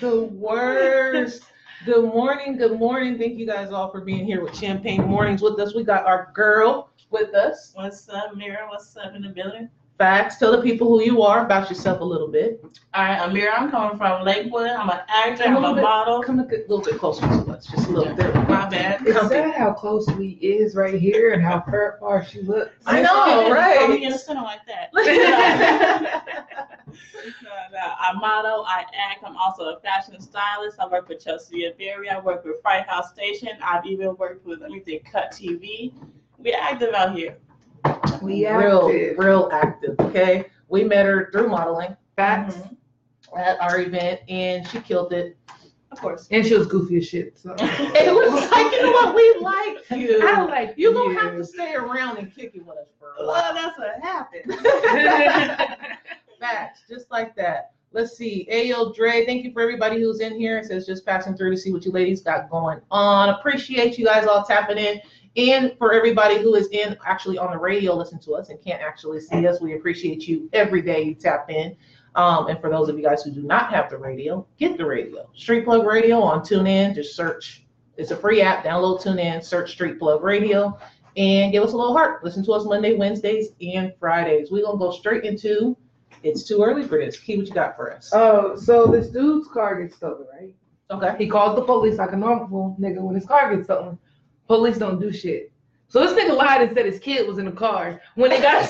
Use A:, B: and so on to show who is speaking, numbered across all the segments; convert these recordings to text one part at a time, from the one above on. A: the worst. Good morning. Good morning. Thank you guys all for being here with Champagne Mornings with us. We got our girl with us.
B: What's up, Mira? What's up in the building?
A: Facts. Tell the people who you are about yourself a little bit.
B: All right, I'm Mira. I'm coming from Lakewood. I'm an actor.
A: A
B: I'm
A: little
B: a
A: bit.
B: model.
A: Come a good- little bit closer to us. Just a little bit.
B: My bad.
C: Is
A: Comfy.
C: that how close we is right here and how far far she looks?
A: I know,
B: Call
A: right?
B: me in the center like that. No, no, I uh, model, I act. I'm also a fashion stylist. I work with Chelsea Berry. I work with Fright House Station. I've even worked with, let me think, Cut TV. We active out here.
C: We
A: real,
C: active.
A: real active. Okay. We met her through modeling
C: Facts.
B: Mhm.
A: at our event and she killed it.
B: Of course.
C: And she was goofy as shit. So.
A: It was like what we like
C: I
A: you.
C: like
A: You're gonna have to stay around and kick it with us for a
B: Well, that's what happened.
A: while. Facts, just like that. Let's see. Ayo Dre, thank you for everybody who's in here. It says just passing through to see what you ladies got going on. Appreciate you guys all tapping in. And for everybody who is in actually on the radio, listen to us and can't actually see us. We appreciate you every day you tap in. Um, and for those of you guys who do not have the radio, get the radio. Street Plug Radio on TuneIn. Just search. It's a free app. Download TuneIn, search Street Plug Radio, and give us a little heart. Listen to us Monday, Wednesdays, and Fridays. We're gonna go straight into it's too early for this. Key, what you got for us?
C: Oh, so this dude's car gets stolen, right?
A: Okay.
C: He calls the police like a normal nigga when his car gets stolen. Police don't do shit. So this nigga lied and said his kid was in the car when it got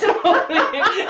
C: stolen.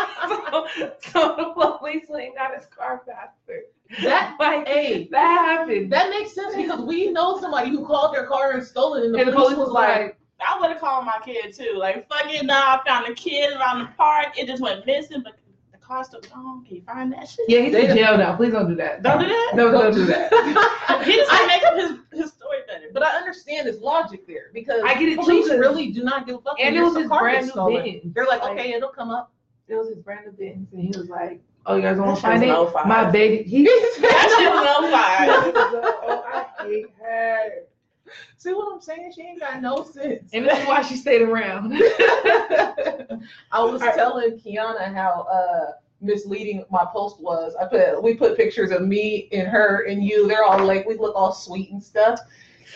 C: so, so the police ain't got his car faster.
A: That
C: Like
A: hey,
C: that happened.
A: that makes sense because we know somebody who called their car and stole it, and the,
C: and the police was like,
B: I would have called my kid too. Like, fuck it, nah, I found a kid around the park. It just went missing, but the car still gone. Can you find that shit?
C: "Yeah, he's
A: They-
C: in jail now. Please don't do that.
B: Don't do that.
C: No, don't do that."
B: Oh, He just
A: I-
B: to make up his, his story better.
A: but I understand his logic there because
C: I get it too,
A: police
C: 'cause-
A: really do not give a fuck. when
C: And it
A: your
C: was his
A: car
C: brand
A: gets
C: new
A: stolen.
C: Benz.
A: They're like,
C: Like-
A: okay, it'll come up.
C: It was his brand new Benz, and he was like, "Oh, you guys want
B: That
C: to
B: shit's
C: find it?
B: low five.
C: My baby, he."
A: "Oh,
B: That shit's
C: He
B: on fire.
C: was like, "Oh, I hate her."
A: See what I'm saying? She ain't got no sense.
C: And that's why she stayed around.
A: I was telling Kiana how uh, misleading my post was. I put we put pictures of me and her and you. They're all like we look all sweet and stuff.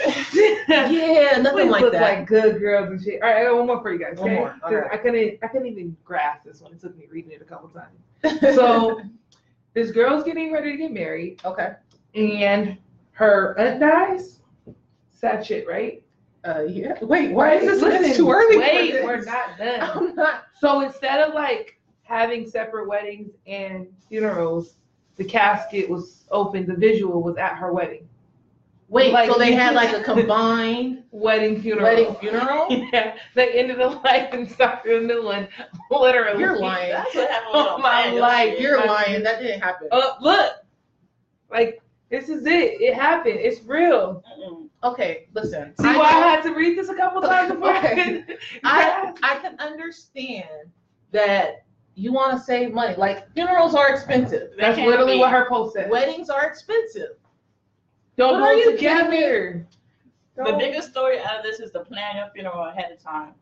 A: Yeah,
C: We look like good girls and shit. All right, I got one more for you guys.
A: One
C: okay?
A: more, all
C: 'Cause
A: right.
C: I couldn't, I couldn't even grasp this one. It took me reading it a couple times. So, this girl's getting ready to get married,
A: okay,
C: and her aunt dies. Sad shit, right?
A: uh, yeah. Wait, why is this?
C: Listen,
A: it's too early. for
C: Wait,
A: this.
C: we're not done.
A: I'm not.
C: So instead of like having separate weddings and funerals, the casket was open. The visual was at her wedding,
A: Wait,
C: Like-
A: so they had like a combined
C: wedding funeral.
A: wedding funeral?
C: Yeah, they ended the life and started a new one. Literally,
A: You're lying.
B: That's what happened with
C: Oh, my
B: Ohio
C: life,
B: shit.
A: You're lying. That didn't happen.
C: Uh, look, like this is it. It happened. It's real.
B: Mm-mm.
A: Okay, listen.
C: See
A: I
C: why I
A: know-
C: had to read this a couple times before. I could-
A: I I can understand that you want to save money. Like funerals are expensive.
B: That
C: That's
B: can't
C: literally
B: be.
C: what her post said.
A: Weddings are expensive.
C: Don't
A: What are you
C: go together.
B: The
C: Don't-
B: biggest story out of this is to plan your funeral ahead of time.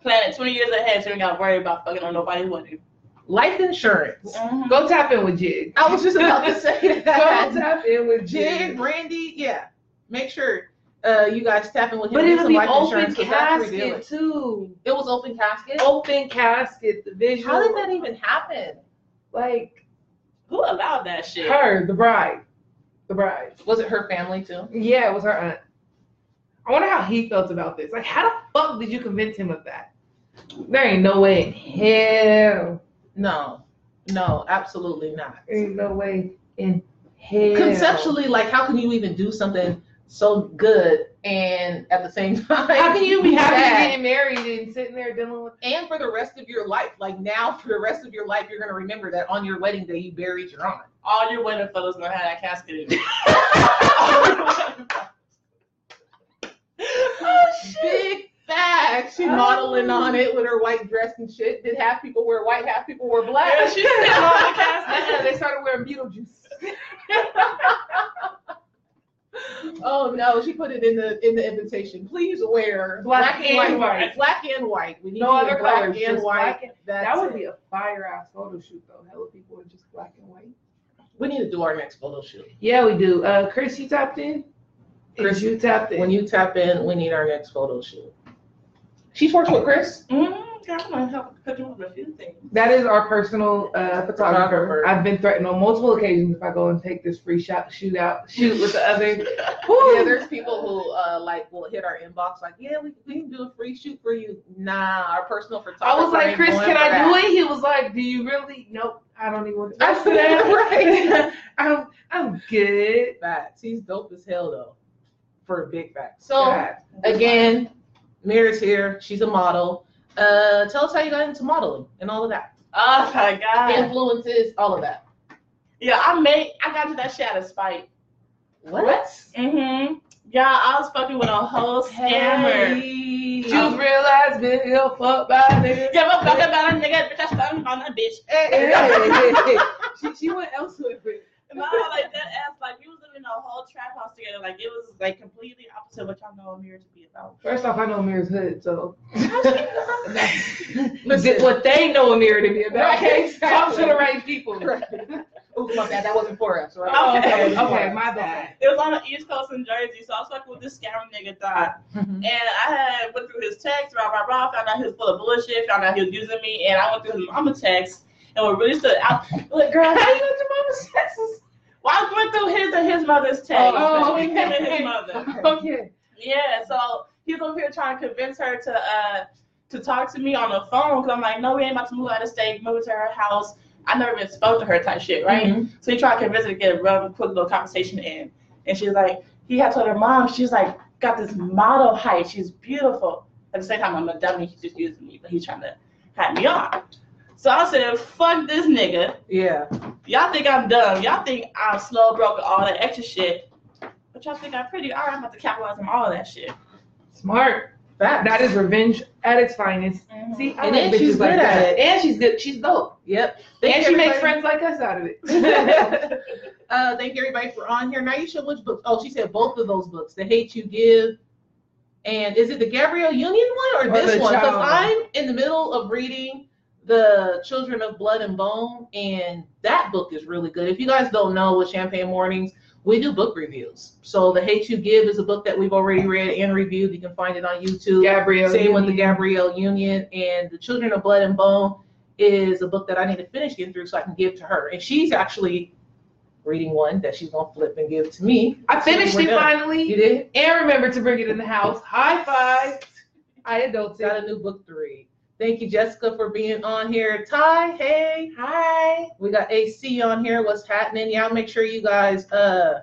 B: Plan it 20 years ahead so you don't got to worry about fucking on nobody's wedding.
A: Life insurance.
B: Mm-hmm.
C: Go tap in with Jig.
A: I was just about to say
C: Go
A: that.
C: tap in with
A: Jig,
C: Jig.
A: Brandy, yeah. Make sure uh, you guys tap in with him.
C: But
A: Get
C: it'll
A: some
C: be
A: life
C: open
A: insurance 'cause that's what we deal
C: casket Oh,
A: with.
C: too.
A: It was open casket.
C: Open casket, the visual.
A: How did that even happen?
C: like
B: Who allowed that shit?
C: her, the bride, the bride.
A: Was it her family too?
C: Yeah, it was her aunt. I wonder how he felt about this. Like, how the fuck did you convince him of that? There ain't no way in hell.
A: No, no, absolutely not.
C: Ain't no way in hell.
A: Conceptually, like, how can you even do something so good and at the same time?
C: How can you be happy
A: sad?
C: getting married and sitting there dealing with
A: and for the rest of your life. Like now, for the rest of your life, you're gonna remember that on your wedding day you buried your aunt.
B: All your wedding fellas know how that casket is.
A: Oh shit! Big facts. She
C: Oh.
A: modeling on it with her white dress and shit. Did half people wear white, half people wore black.
B: Yeah, she said all the casket.
C: Uh-uh, They started wearing Beetlejuice.
A: oh no, she put it in the in the invitation. Please wear
C: Black and white.
A: Black and white. We need
C: No
A: you in
C: other
A: black
C: colors.
A: and
C: just
A: white.
C: black and-
A: That's
C: That would
A: it.
C: be a fire ass photo shoot though. Hell, people are just black and white.
A: We need to do our next photo shoot.
C: Yeah, we do. Uh, Chris, you tapped in.
A: Chris,
C: Chris, you tapped in.
A: When you tap in, we need our next photo shoot. She's worked with Chris.
B: Mm, I'm gonna help cut you up a few things.
C: that is our personal uh, photographer.
A: Photographer.
C: I've been threatened on multiple occasions if I go and take this free shot shoot out shoot with the other. Woo!
A: Yeah, there's people who uh, like will hit our inbox like, yeah, we, we can do a free shoot for you. Nah, our personal photographer.
C: I was like,
A: ain't
C: Chris,
A: going
C: can
A: for
C: I
A: that."
C: do it? He was like, Do you really? Nope, I don't even. want to-
A: I said, right.
C: I'm I'm good.
A: Facts. He's dope as hell though, for a big fact. So
C: God.
A: again, Mira's here. She's a model. Uh, tell us how you got into modeling and all of that.
B: Oh my
A: Uh,
B: god.
A: Influences, all of that.
B: Yeah, I made. I got to that shit out of spite.
A: What?
B: Mm-hmm. Yeah, I was fucking with a whole scammer.
A: Hey.
C: You realize bitch, you fuck by nigga.
B: Give a fuck about a nigga, bitch. I started on that bitch.
C: she, she went elsewhere.
B: And I was like that ass, like we was living in a whole trap house together. Like it was like completely opposite of what y'all know a mirror to be about.
C: First off, I know Amir's hood, so
A: Listen.
C: what they know Amir to be about.
A: Right,
C: okay? Talk to
A: exactly.
C: the right people.
A: Oh my bad, that wasn't for us, right?
C: Oh, okay,
B: Okay.
C: okay, my bad.
B: It was on the East Coast in Jersey, so I was fucking with this scammer nigga Dot, and I had went through his text, rah rah rah, found out he was full of bullshit, found out he was using me, and I went through his mama text, and what really stood out, like girl, how you got your mama's texts? Well, I went through his and his mother's text
C: Oh,
B: between him and his
C: okay.
B: mother.
C: Okay.
B: Yeah, so he's over here trying to convince her to uh to talk to me on the phone because I'm like, no, we ain't about to move out of state, move to her house. I never even spoke to her type shit, right?
C: Mm-hmm.
A: Mm-hmm.
B: So he tried to convince her to get a real quick little conversation in. And she's like, he had told her mom, she's like, got this model height, she's beautiful. At the same time, I'm a dummy, he just using me, but he's trying to hat me on. So I said, fuck this nigga.
A: Yeah.
B: Y'all think I'm dumb. Y'all think I'm slow, broke, and all that extra shit. But y'all think I'm pretty. All right, I'm about to capitalize on all of that shit.
C: Smart.
A: Facts.
C: That is revenge at its finest. See, I
A: And
C: like
A: then she's
C: bitches like
A: good at
C: that. And she's good. She's dope.
A: Yep.
C: and she makes
A: everybody-
C: friends like us out of it.
A: uh, thank everybody for on here. Naisha, which book? Oh, she said both of those books, The Hate You Give, and is it the Gabrielle Union one or,
C: Or
A: this
C: the
A: one? Because
C: Child.
A: I'm in the middle of reading The Children of Blood and Bone, and that book is really good. If you guys don't know, with Champagne Mornings, we do book reviews. So The Hate You Give is a book that we've already read and reviewed. You can find it on YouTube.
C: Gabrielle.
A: Same with the
C: Union.
A: Gabrielle Union and the Children of Blood and Bone is a book that I need to finish getting through so I can give to her. And she's actually reading one that she's gonna flip and give to me.
C: I finished
A: We're
C: it
A: done. You
C: finally
A: did?
C: and remember to bring it in the house. High five. I adulted.
A: Got a new book to read. Thank you, Jessica, for being on here. Ty, hey.
C: Hi.
A: We got AC on here. What's happening? Y'all make sure you guys uh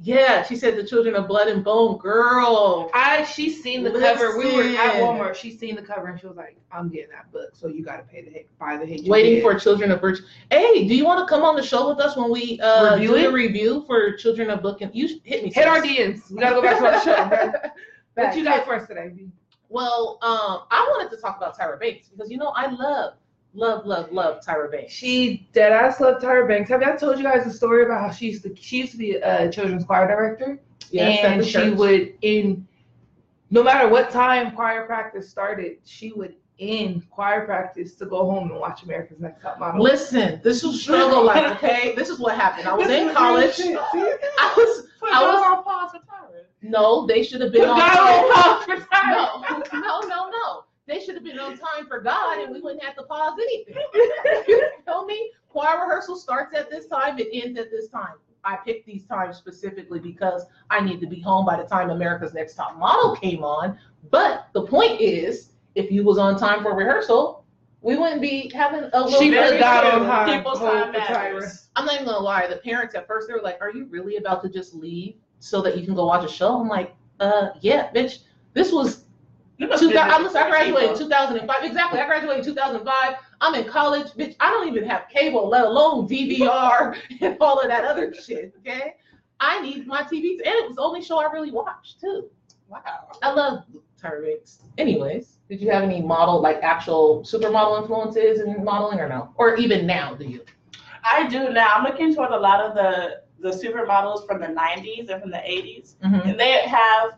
A: yeah, she said the children of blood and bone girl.
C: I she's seen the cover. We were at
A: Listen.
C: Walmart. She's seen the cover and she was like, "I'm getting that book, so you gotta pay the hit, buy the hit." you
A: Waiting
C: get."
A: for Children of Virtue. Hey, do you want to come on the show with us when we uh,
C: Review
A: do
C: it?
A: the review for Children of Book? And you sh- hit me.
C: hit our
A: sis.
C: DMs. We gotta go back to our show. bro.
A: Back.
C: What you got for us today? B?
A: Well, um, I wanted to talk about Tyra Banks because you know I love, love, love, love Tyra Banks.
C: She dead ass loved Tyra Banks. Have I told you guys the story about how she used to she used to be a children's choir director?
A: Yes, at
C: and
A: the
C: she
A: church.
C: would in no matter what time choir practice started, she would end choir practice to go home and watch America's Next Top Model.
A: Listen, this was struggle life. Okay, this is what happened. I was in college. I was I was-
B: on pause for Tyra.
A: no. They should have
C: Put
A: been on.
C: God
A: time.
C: on pause for Tyra.
A: No, no, no, no. They should have been on time for God, and we wouldn't have to pause anything. you feel me? Choir rehearsal starts at this time, it ends at this time. I picked these times specifically because I need to be home by the time America's Next Top Model came on. But the point is, if you was on time for rehearsal, we wouldn't be having a little.
C: She
A: bit of-
C: put God on high.
B: People's
C: hold
B: time
C: for
B: matters.
A: I'm not even gonna lie. The parents at first they were like, "Are you really about to just leave so that you can go watch a show?" I'm like, "Uh, yeah, bitch. This was
B: You must
A: Two,
B: visit
A: I, listen, I
B: different
A: graduated in
B: people.
A: 2005. Exactly. I graduated in 2005. I'm in college. Bitch, I don't even have cable, let alone DVR and all of that other shit. Okay. I need my TV. And it was the only show I really watched, too.
B: Wow.
A: I love Tyra Banks. Anyways, did you have any model, like actual supermodel influences in modeling or no? Or even now, do you?
B: I do now. I'm looking toward a lot of the the supermodels from the 90s and from the 80s,
A: Mm-hmm.
B: and they have.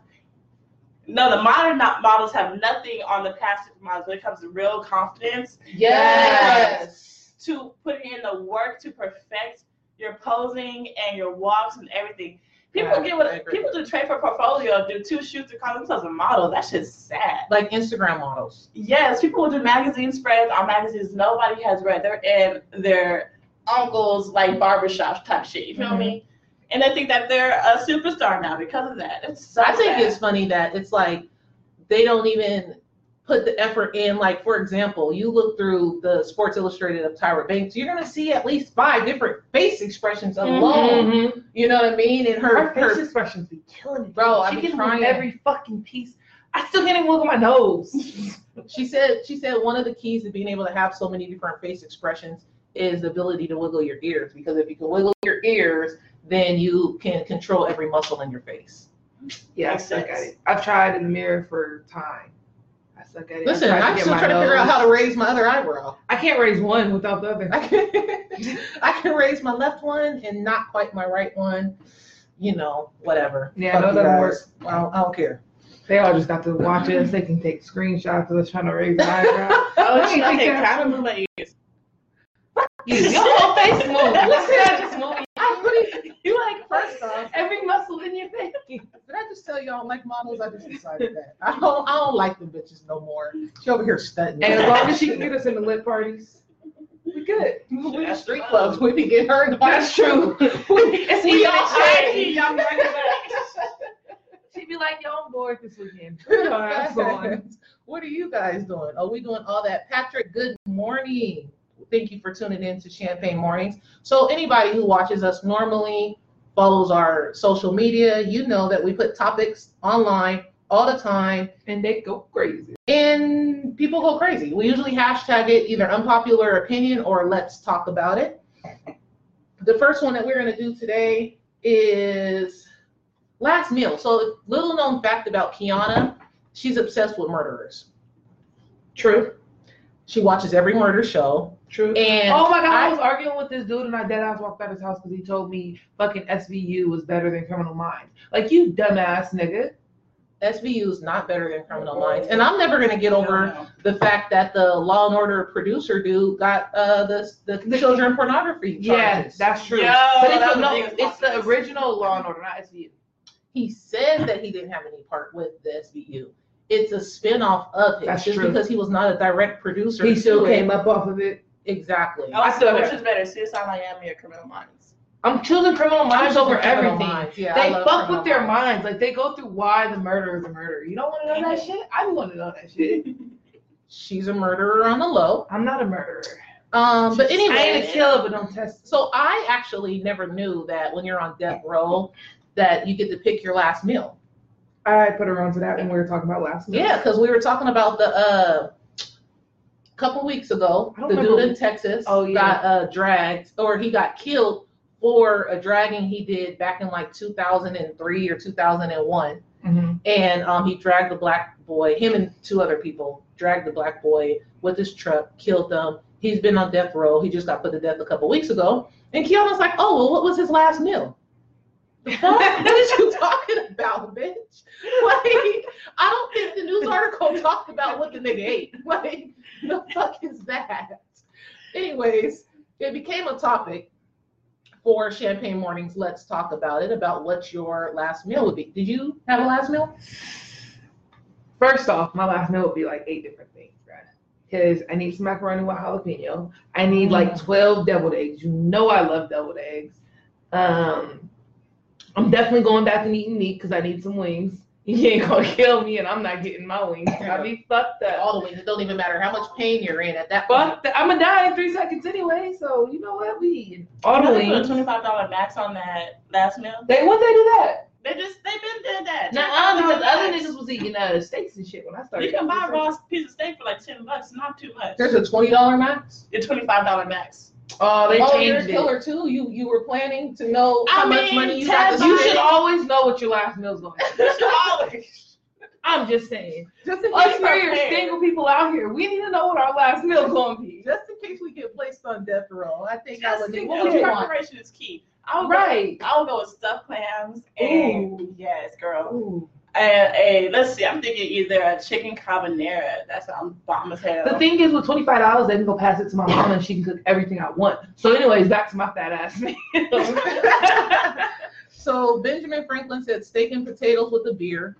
B: No, the modern not models have nothing on the past supermodels when it comes to real confidence
A: Yes.
B: to put in the work to perfect your posing and your walks and everything. People
A: Yeah,
B: get
A: I
B: what
A: agree.
B: people do trade for portfolio, do two shoots to call themselves a model. That shit's sad.
A: Like Instagram models.
B: Yes, people will do magazine spreads on magazines nobody has read. They're in their uncle's like barbershop type shit. You feel
C: Mm-hmm.
B: me? And they think that they're a superstar now because of that. It's so
A: I think
B: sad.
A: it's funny that it's like they don't even put the effort in. Like, for example, you look through the Sports Illustrated of Tyra Banks, you're gonna see at least five different face expressions alone.
C: Mhm.
A: You know what I mean? And her,
C: Her
A: her,
C: face expressions be killing me,
A: Bro, I
C: She
A: be
C: can
A: trying.
C: move every fucking piece. I still can't even look at my nose.
A: she said she said one of the keys to being able to have so many different face expressions is the ability to wiggle your ears because if you can wiggle your ears then you can control every muscle in your face
C: Yeah, I
B: Makes
C: suck at
B: sense.
C: it. I've tried in the mirror for time. I suck at it.
A: listen
C: tried to
A: i'm
C: get
A: still
C: my
A: trying to figure out
C: nose.
A: how to raise my other eyebrow
C: I can't raise one without the other.
A: I can, I can raise my left one and not quite my right one you know whatever
C: Yeah,
A: Fuck
C: no,
A: you
C: that
A: guys.
C: works.
A: I, don't, I don't care
C: They all just got to watch it so they can take screenshots of us trying to raise my eyebrow.
B: Oh,
C: I
B: she
C: think
B: okay,
C: that's-
B: kind of move my ears.
C: You- Your whole face moves. Look at just moving.
A: you like first off
C: Every muscle in your face.
A: Did I just tell you I don't like models? I just decided that. I don't I don't like them bitches no more. She over here stunting.
C: And as long as she can get us into lit parties, we good.
A: we the street clubs, we be getting her in the
C: That's true.
B: It's
C: We
B: easy to
C: all
B: check.
C: shady.
B: Y'all bring it back.
C: She'd be like, yo, I'm bored this weekend.
A: what are you guys doing? Oh, we doing all that. Patrick, good morning. Thank you for tuning in to Champagne Mornings. So anybody who watches us normally follows our social media, you know that we put topics online all the time.
C: And they go crazy.
A: and people go crazy. We usually hashtag it either unpopular opinion or let's talk about it. The first one that we're going to do today is last meal. So, little known fact about Kiana, she's obsessed with murderers.
C: True.
A: She watches every murder show.
C: True.
A: And
C: oh my god, I,
A: I-
C: was arguing with this dude and I dead ass walked out his house because he told me fucking SVU was better than Criminal Minds. Like you dumbass nigga.
A: SVU is not better than Criminal Minds. And I'm never going to get over the fact that the Law and Order producer dude got uh, the, the children pornography.
C: Yeah,
A: charges.
C: that's true.
B: Yo,
C: but it's,
B: that was
C: the, no,
B: biggest
C: it's the
B: possible.
C: original Law and Order, not SVU.
A: he said that he didn't have any part with the SVU. It's a spin-off of it.
C: That's
A: just
C: true.
A: because he was not a direct producer.
C: He
A: to
C: still
A: it.
C: came up off of it.
A: Exactly.
B: Oh,
C: I still
B: which
C: have-
B: is better, Suicide Miami or Criminal Minds?
C: I'm choosing Criminal Minds
A: Criminal
C: over everything.
A: Minds. Yeah, I
C: They
A: love
C: fuck
A: Criminal
C: with their minds. Like they go through why the murder is a murder. You don't want to know that shit. I want to know that shit.
A: She's a murderer on the low.
C: I'm not a murderer.
A: Um, but
B: She's
C: I
A: anyway,
C: ain't a killer, but don't test.
A: so I actually never knew that when you're on death row, that you get to pick your last meal.
C: I put her onto that when we were talking about last night.
A: Yeah, because we were talking about the uh, couple weeks ago,
C: I don't
A: the dude
C: remember.
A: in Texas
C: Oh, yeah.
A: got uh, dragged, or he got killed for a dragging he did back in like 2003 or 2001,
C: Mhm.
A: and um, he dragged the black boy, him and two other people, dragged the black boy with his truck, killed them. He's been on death row. He just got put to death a couple weeks ago. And Kiana's like, "Oh well, what was his last meal?" What what is you talking about, bitch? Like, I don't think the news article talked about what the nigga ate. Like, the fuck is that? Anyways, it became a topic for Champagne Mornings. Let's talk about it. About what your last meal would be. Did you have a last meal?
C: First off, my last meal would be like eight different things, right? Because I need some macaroni with jalapeno. I need like
A: Mm.
C: 12 deviled eggs. You know I love deviled eggs. Um, I'm definitely going back and eating meat because I need some wings. You ain't gonna kill me, and I'm not getting my wings. I'll be fucked up.
A: All the wings. It don't even matter how much pain you're in at that point.
C: Fuck that. I'm gonna die in three seconds anyway, so you know what? We eating all the
B: They put a
C: wings.
B: twenty-five dollar max on that last meal.
C: They what they do that?
B: They just they've been doing that.
C: Nah, because other
B: Max.
C: niggas was eating uh, steaks and shit when I started.
B: You can buy a
C: eating
B: raw piece of steak for like ten bucks, not too much.
A: There's a twenty dollar max.
B: It's twenty-five dollar max.
C: steaks. Oh, they
A: oh, you're a
C: changed it.
A: killer too. You you were planning to know
B: I
A: how much
B: mean,
A: money you got.
B: Ted,
A: to
C: You
A: spend.
C: should always know what your last meal's going to be.
B: Always.
C: I'm just saying.
A: just in
C: Us
A: case
B: Like-
C: queer
B: prepared.
C: single people out here, we need to know what our last meal's going to be.
A: just in case we get placed on death row. I think I
B: Just
A: would.
B: think
A: What
B: that
A: would you want?
B: preparation is key. I would go.
C: Right.
B: I would go with stuffed clams and yes, girl.
C: Ooh.
B: a, a let's see, I'm thinking either a chicken carbonara. That's I'm bomb as hell.
C: The thing is, with twenty five dollars, they can go pass it to my mom and she can cook everything I want. So, anyways, back to my fat ass meal.
A: So Benjamin Franklin said steak and potatoes with a beer.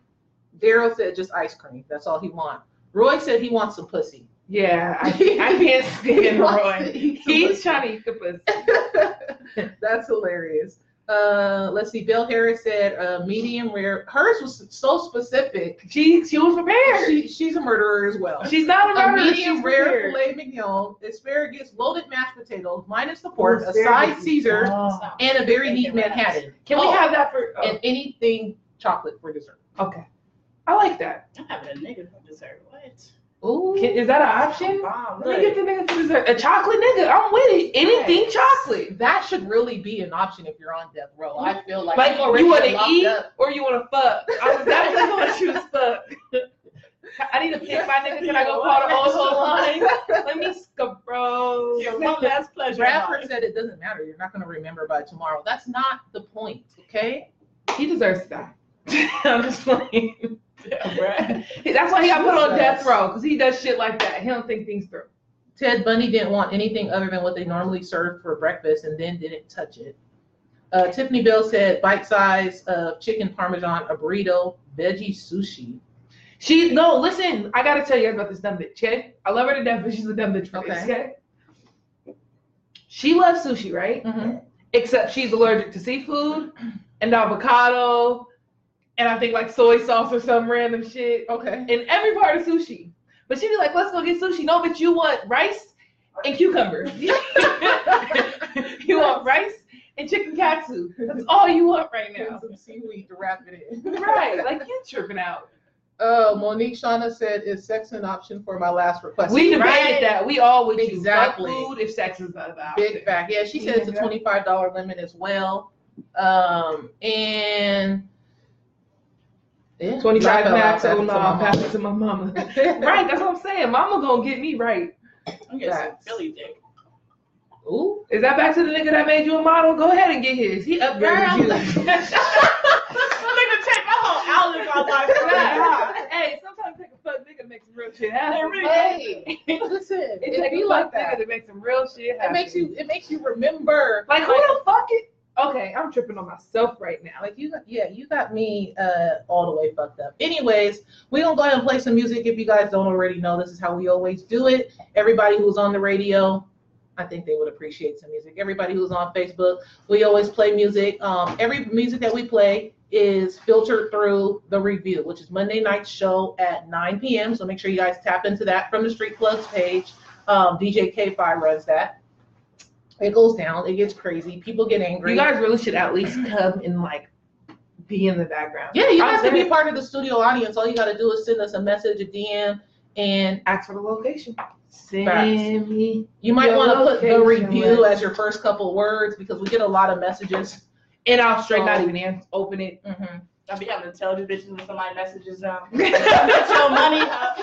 A: Daryl said just ice cream. That's all he want. Roy said he wants some pussy.
C: yeah, I, I can't stand Roy. He's
A: He's
C: trying to eat the pussy.
A: That's hilarious. Uh, let's see. Bill Harris said uh, medium rare. Hers was so specific.
C: She she was prepared.
A: She, she's a murderer as well.
C: she's not a
A: A
C: murderer.
A: medium
C: She's
A: rare
C: prepared.
A: filet mignon, asparagus, loaded mashed potatoes, minus the pork, a
C: Asparagus
A: side
C: is-
A: Caesar,
C: Oh.
A: and a very neat Manhattan.
C: Can we
A: Oh,
C: have that for? oh,
A: and anything chocolate for dessert.
C: okay, I like that.
B: I'm having a nigga for dessert. What?
A: Ooh,
C: Can, is that an
A: Oh,
C: option?
B: Bomb.
C: Let me get
B: Look.
C: the nigga for dessert. A chocolate nigga. I'm with it. Anything chocolate.
A: that should really be an option if you're on death row. I feel like
C: Like
A: you've already
C: you want
A: been
C: to
A: locked
C: eat
A: up.
C: or you want to fuck. I was definitely going to choose fuck. I need to pick my nigga. Can I go call the old whole line? Let me sc- bro.
B: Your one last pleasure.
A: Bradford said it doesn't matter. You're not going to remember by tomorrow. That's not the point, okay?
C: He deserves to die. I'm just playing.
B: Yeah, Brad.
C: That's why he got put on
A: Jesus.
C: death row because he does shit like that. He don't think things through.
A: Ted Bundy didn't want anything other than what they normally served for breakfast and then didn't touch it. Uh, Tiffany Bell said bite size of chicken parmesan, a burrito, veggie sushi.
C: She no, listen, I gotta tell you guys about this dumb bitch, okay? I love her to death, but she's a dumb bitch for this,
A: Okay.
C: okay? She loves sushi, right?
A: Mhm.
C: Except she's allergic to seafood and avocado and I think like soy sauce or some random shit.
A: Okay.
C: And every part of sushi. But she'd be like, let's go get sushi. No, but you want rice and cucumber. you want rice and chicken katsu. That's all you want right now.
A: some seaweed to wrap it in.
C: Right. Like you tripping out.
A: Uh, Monique Shauna said, "Is sex an option for my last request?"
C: We debated
B: Right.
C: that. We all would
A: Exactly.
C: you. Fuck food if sex is not about.
A: Big fact. Yeah, she said it's a
C: Yeah.
A: twenty-five dollar limit as well. Um, and yeah,
C: Twenty-five
A: Knockout
C: max.
A: out
C: Oh no,
A: after
C: I'll
A: tomorrow.
C: pass it to my mama. right, that's what I'm saying. Mama gonna get me right.
B: I'm getting some
A: Facts.
B: Philly dick.
A: Ooh.
C: Is that back to the nigga that made you a model? Go ahead and get his. He upgraded you.
B: Nigga, take my whole outlook on life.
C: Nah. hey, sometimes take a fuck nigga make some real shit
B: They
C: happen.
B: really
A: Hey,
C: it
A: listen,
C: take
A: it
C: a
A: be
C: fuck
A: like
C: nigga
A: that.
C: to make some real shit
A: It
C: happen.
A: makes you. It makes you remember.
C: like who the fuck it? Okay, I'm tripping on myself right now.
A: Like you, got yeah, you got me uh, all the way fucked up. Anyways, we gonna go ahead and play some music. If you guys don't already know, this is how we always do it. Everybody who's on the radio, I think they would appreciate some music. Everybody who's on Facebook, we always play music. Um, every music that we play is filtered through the review, which is Monday night show at 9 p.m. So make sure you guys tap into that from the Street Plugs page. Um, DJ K5 runs that. It goes down. It gets crazy. People get angry.
C: You guys really should at least come and like be in the background.
A: Yeah, you
C: I'm
A: have to be
C: saying-
A: part of the studio audience. All you got to do is send us a message, a DM, and
C: ask for the location. Send
A: Facts.
C: me.
A: you might
C: Your
A: want to put the
C: location,
A: review
C: right.
A: as your first couple words because we get a lot of messages.
C: And I'll straight not
A: Oh.
C: even answer. Open it.
B: I'll be having to tell these bitches when somebody messages them.
C: like,
B: Get your money up.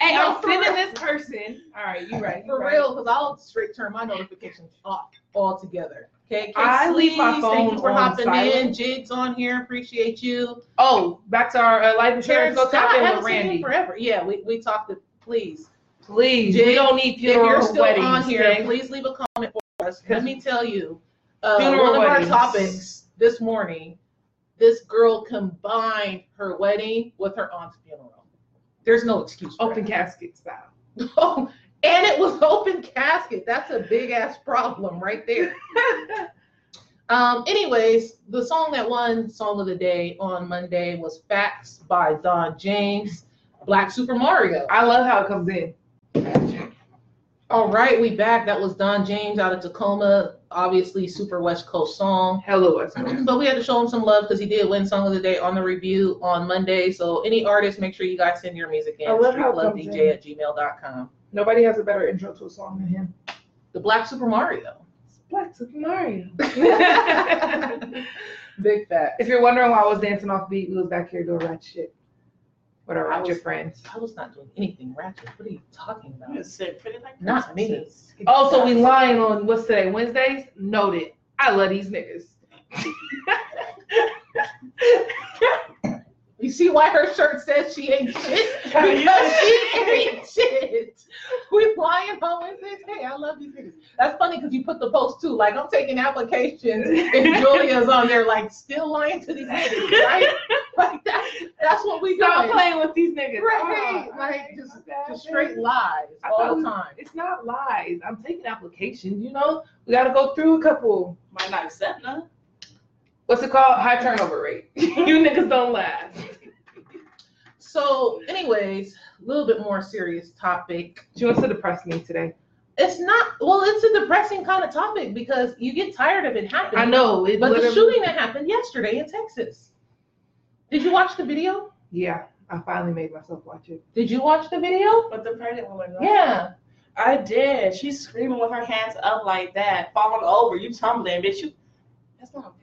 C: hey,
A: No,
C: I'm
A: for
C: sending
A: real.
C: this person. All right, you right. you
A: For
C: right.
A: real, because I'll straight turn my notifications off altogether. Okay, Kate
C: I leave my
A: Sleeves,
C: phone
A: Thank you for
C: on
A: hopping in.
C: silent.
A: Jigs on here, appreciate you.
C: Oh, back to our uh, life
A: Karen
C: insurance. Go
A: Scott,
C: talk
A: I
C: in
A: haven't
C: with
A: seen you
C: Randy.
A: forever. Yeah, we we talked to. Please,
C: Please,
A: Jay,
C: we don't need
A: if you're
C: funeral
A: still
C: weddings.
A: on here,
C: okay?
A: please leave a comment for us. Let me tell you, uh,
C: Funeral
A: one of
C: weddings.
A: our topics this morning, this girl combined her wedding with her aunt's funeral. There's no excuse. For
C: Open casket style.
A: it. Oh, and it was open casket. That's a big ass problem right there. um, anyways, the song that won Song of the Day on Monday was Facts by Don James, Black Super Mario.
C: I love how it comes in.
A: All right, we back. That was Don James out of Tacoma. Obviously, super West Coast song.
C: Hello, us.
A: but we had to show him some love because he did win Song of the Day on the review on Monday. So any artist, make sure you guys send your music in.
C: I love how it comes in.
A: DJ at gmail.com.
C: Nobody has a better intro to a song than him.
A: The Black Super Mario.
C: It's Black Super Mario.
A: Big fat.
C: if you're wondering why I was dancing off beat, we was back here doing ratchet shit with our
A: I
C: ratchet
A: was-
C: friends.
A: I was not doing anything ratchet. What are you talking
B: I'm gonna
A: about?
B: sit pretty like
A: Not me.
B: princesses.
C: Oh, so we lying on what's today? Wednesdays? Noted. I love these niggas.
A: You see why her shirt says she ain't shit? Because she ain't shit. We flying home and says, hey, I love these niggas. That's funny because you put the post too. Like, I'm taking applications and Julia's on there, like, still lying to these niggas, right? Like, that, that's what we do.
C: Stop
A: Right,
C: playing with these niggas. Oh,
A: like, just,
C: okay.
A: just straight lies
C: I
A: all
C: thought
A: the
C: we-
A: time.
C: It's not lies. I'm taking applications. You know, we got to go through a couple.
B: Might not accept none.
C: What's it called? High turnover rate. you niggas don't last.
A: So, anyways, a little bit more serious topic.
C: She wants to depress me today.
A: It's not, well, it's a depressing kind of topic because you get tired of it happening.
C: I know. It
A: But the
C: literally-
A: shooting that happened yesterday in Texas. Did you watch the video?
C: Yeah, I finally made myself watch it.
A: Did you watch the video?
B: But the pregnant woman. right?
A: Yeah.
B: I did. She's screaming with her hands up like that, falling over. You tumbling, bitch. You. That's not okay.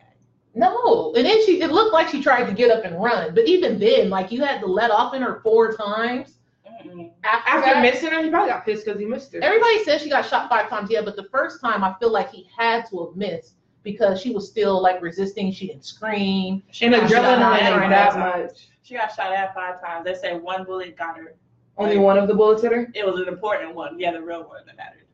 A: No. And then she it looked like she tried to get up and run. But even then, like you had to let off in her four times.
B: Mm-mm.
A: A- After
C: After
A: that-
C: missing her, he probably got pissed because he missed her.
A: everybody says she got shot five times, yeah, but the first time I feel like he had to have missed because she was still like resisting, she didn't scream.
B: She
C: and
B: got shot
C: adrenaline
B: at
C: ain't
B: five
C: that
B: times.
C: much.
B: She got shot at five times. They say one bullet got her.
C: Only one of the bullets hit her.
B: It was an important one. Yeah, the real one that mattered.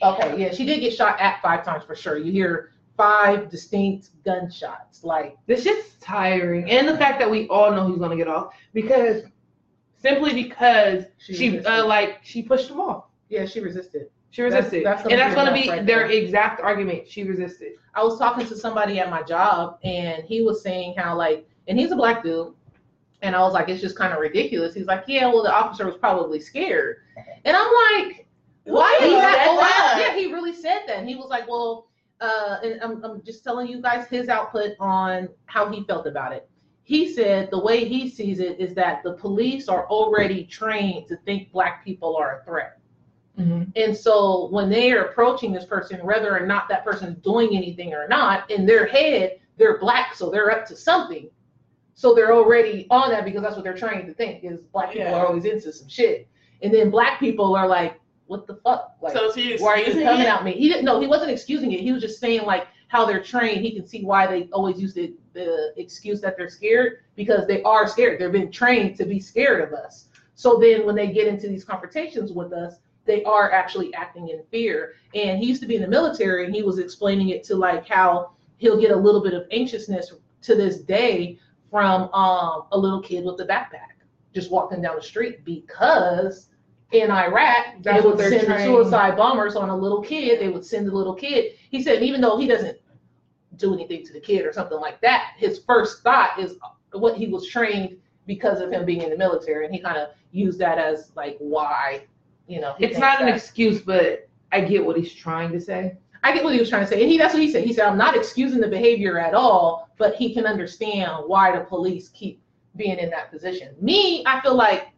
A: Okay, yeah, she did get shot at five times for sure. You hear five distinct gunshots. Like
C: This shit's tiring, and the fact that we all know he's gonna get off because simply because she
A: resisted.
C: uh, like she pushed him off.
A: yeah, she resisted.
C: She
A: That's-
C: resisted,
A: that's gonna
C: and
A: be
C: that's gonna
A: enough
C: be
A: right
C: their
A: there.
C: exact argument. She resisted.
A: I was talking to somebody at my job and he was saying how like and he's a black dude and I was like it's just kind of ridiculous. He's like, "Yeah, well the officer was probably scared." And I'm like, "Why
B: Ooh,
A: is that?"
B: that's
A: oh, wow.
B: us.
A: Yeah, he really said that. And he was like, "Well, uh and I'm I'm just telling you guys his output on how he felt about it." He said the way he sees it is that the police are already trained to think black people are a threat. And so when they are approaching this person, whether or not that person's doing anything or not, in their head, they're black, so they're up to something. So they're already on that because that's what they're trained to think is black people
B: Yeah.
A: are always into some shit. And then black people are like, what the fuck? Like,
B: so she
A: why are you
B: excusing
A: coming
B: it?
A: at me? He didn't. No, he wasn't excusing it. He was just saying like how they're trained. He can see why they always use the, the excuse that they're scared because they are scared. They've been trained to be scared of us. So then when they get into these confrontations with us, they are actually acting in fear. And he used to be in the military, and he was explaining it to like how he'll get a little bit of anxiousness to this day from um, a little kid with a backpack just walking down the street because in Iraq
C: That's
A: they
C: what
A: would
C: they're
A: send the
C: trained.
A: suicide bombers on a little kid. They would send the little kid. He said even though he doesn't do anything to the kid or something like that, his first thought is what he was trained because of him being in the military, and he kind of used that as like why, you know. he
C: It's
A: thinks
C: not an
A: that.
C: excuse, but I get what he's trying to say.
A: I get what he was trying to say, and he that's what he said. He said, "I'm not excusing the behavior at all, but he can understand why the police keep being in that position." Me, I feel like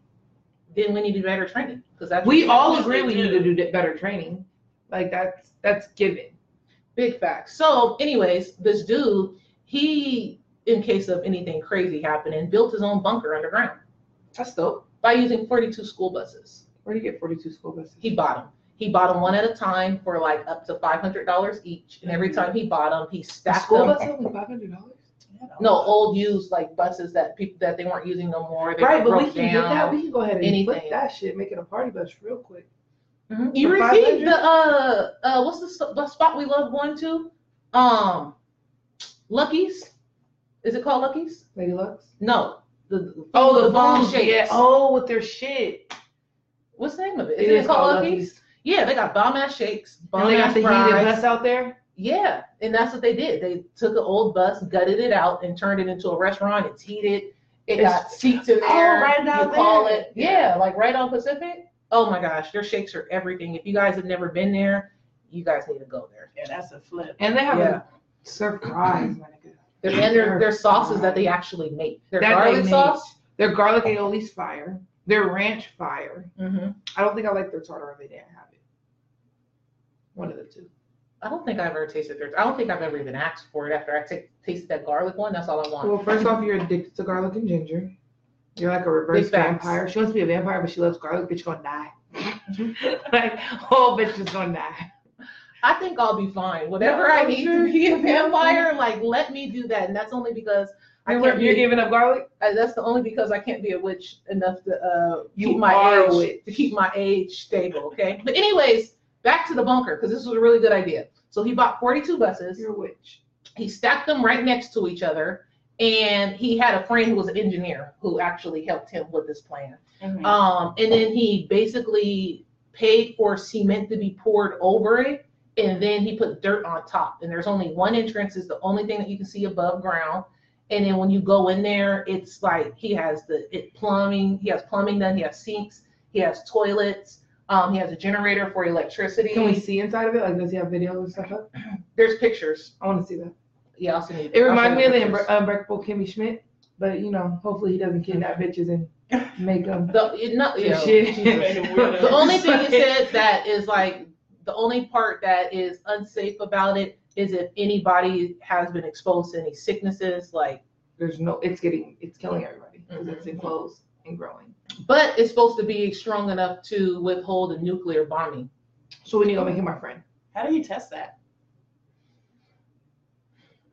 A: then we need to be better training because that's
C: We all
B: Yes,
C: agree
B: they
C: we
B: do.
C: need to do di- better training. Like that's that's given.
A: big facts. So, anyways, this dude, he, in case of anything crazy happening, built his own bunker underground
C: That's dope.
A: by using 42 school buses.
C: Where do you get 42 school buses?
A: he bought them. He bought them one at a time for like up to five hundred dollars each, and every time he bought them, he
C: A
A: stacked
C: Mm-hmm. school
A: them.
C: bus is only five hundred dollars.
A: No, old used like buses that people that they weren't using no more. They
C: Right, but we
A: broke
C: can get that.
A: down.
C: We can go ahead and
A: anything.
C: flip that shit, make it a party bus real quick.
A: Mhm. You
C: For
A: received
C: 500?
A: the uh uh what's the, s- the spot we love going to? Um, Lucky's. Is it called Lucky's?
C: Lady Lux.
A: No. The, the
C: food, Oh, Yeah. Oh, with their shit.
A: What's the name of it?
C: It
A: Isn't
C: is
A: it called
C: called
A: Lucky's?
C: Lucky's.
A: Yeah, they got bomb ass shakes,
C: And
A: bomb
C: they got
A: ass
C: the heated
A: fries.
C: bus out there.
A: Yeah, and that's what they did. They took an old bus, gutted it out, and turned it into a restaurant. It's heated. It
C: It's-
A: got seats in
C: Oh,
A: there.
C: right
A: you
C: down
A: call
C: there.
A: it. Yeah. like right on Pacific. Oh my gosh, their shakes are everything. If you guys have never been there, you guys need to go there.
B: Yeah, that's a flip.
C: And they have
A: Yeah.
C: a surprise, my nigga.
A: Their, and their, their sauces that they actually make. Their
C: That they
A: garlic
C: make.
A: sauce.
C: Their garlic aioli's fire. Their ranch fire.
A: Mm-hmm.
C: I don't think I like their tartar if they didn't have it. One of the two.
A: I don't think I've ever tasted theirs. I don't think I've ever even asked for it after I ta- tasted that garlic one. That's all I want.
C: Well, first off, you're addicted to garlic and ginger. You're like a reverse
A: Big facts.
C: vampire. She wants to be a vampire, but she loves garlic. Bitch, gonna die. like, whole bitch is gonna die.
A: I think I'll be fine. Whatever I
C: I'm
A: need
C: sure
A: to be a vampire, like let me do that. And that's only because I
C: You're,
A: can't
C: you're
A: be.
C: giving up garlic?
A: I- that's the only because I can't be a witch enough to uh
C: You
A: keep my
C: are a
A: age
C: witch.
A: to keep my age stable. Okay. But anyways, back to the bunker because this was a really good idea. So he bought 42 buses.
C: You're a witch.
A: he stacked them right next to each other and he had a friend who was an engineer who actually helped him with this plan um, and then he basically paid for cement to be poured over it and then he put dirt on top and there's only one entrance is the only thing that you can see above ground and then when you go in there it's like he has the it plumbing he has plumbing done he has sinks he has toilets um, he has a generator for electricity
C: Can we see inside of it? Like, does he have videos and stuff up?
A: there's pictures
C: I want to see that.
A: yeah i'll send you
C: It reminds
A: I'll send
C: me
A: you
C: of the
A: pictures.
C: Unbre- Unbreakable Kimmy Schmidt, but you know, hopefully he doesn't kidnap bitches and make them.
A: The, it, not, yeah.
C: Shit.
A: The only thing he
C: Sorry.
A: said that is like the only part that is unsafe about it is if anybody has been exposed to any sicknesses, like
C: There's no. It's getting. It's killing everybody because
A: Mhm.
C: it's enclosed and growing.
A: but it's supposed to be strong enough to withhold a nuclear bombing.
C: So we need to make him our friend.
B: How do you test that?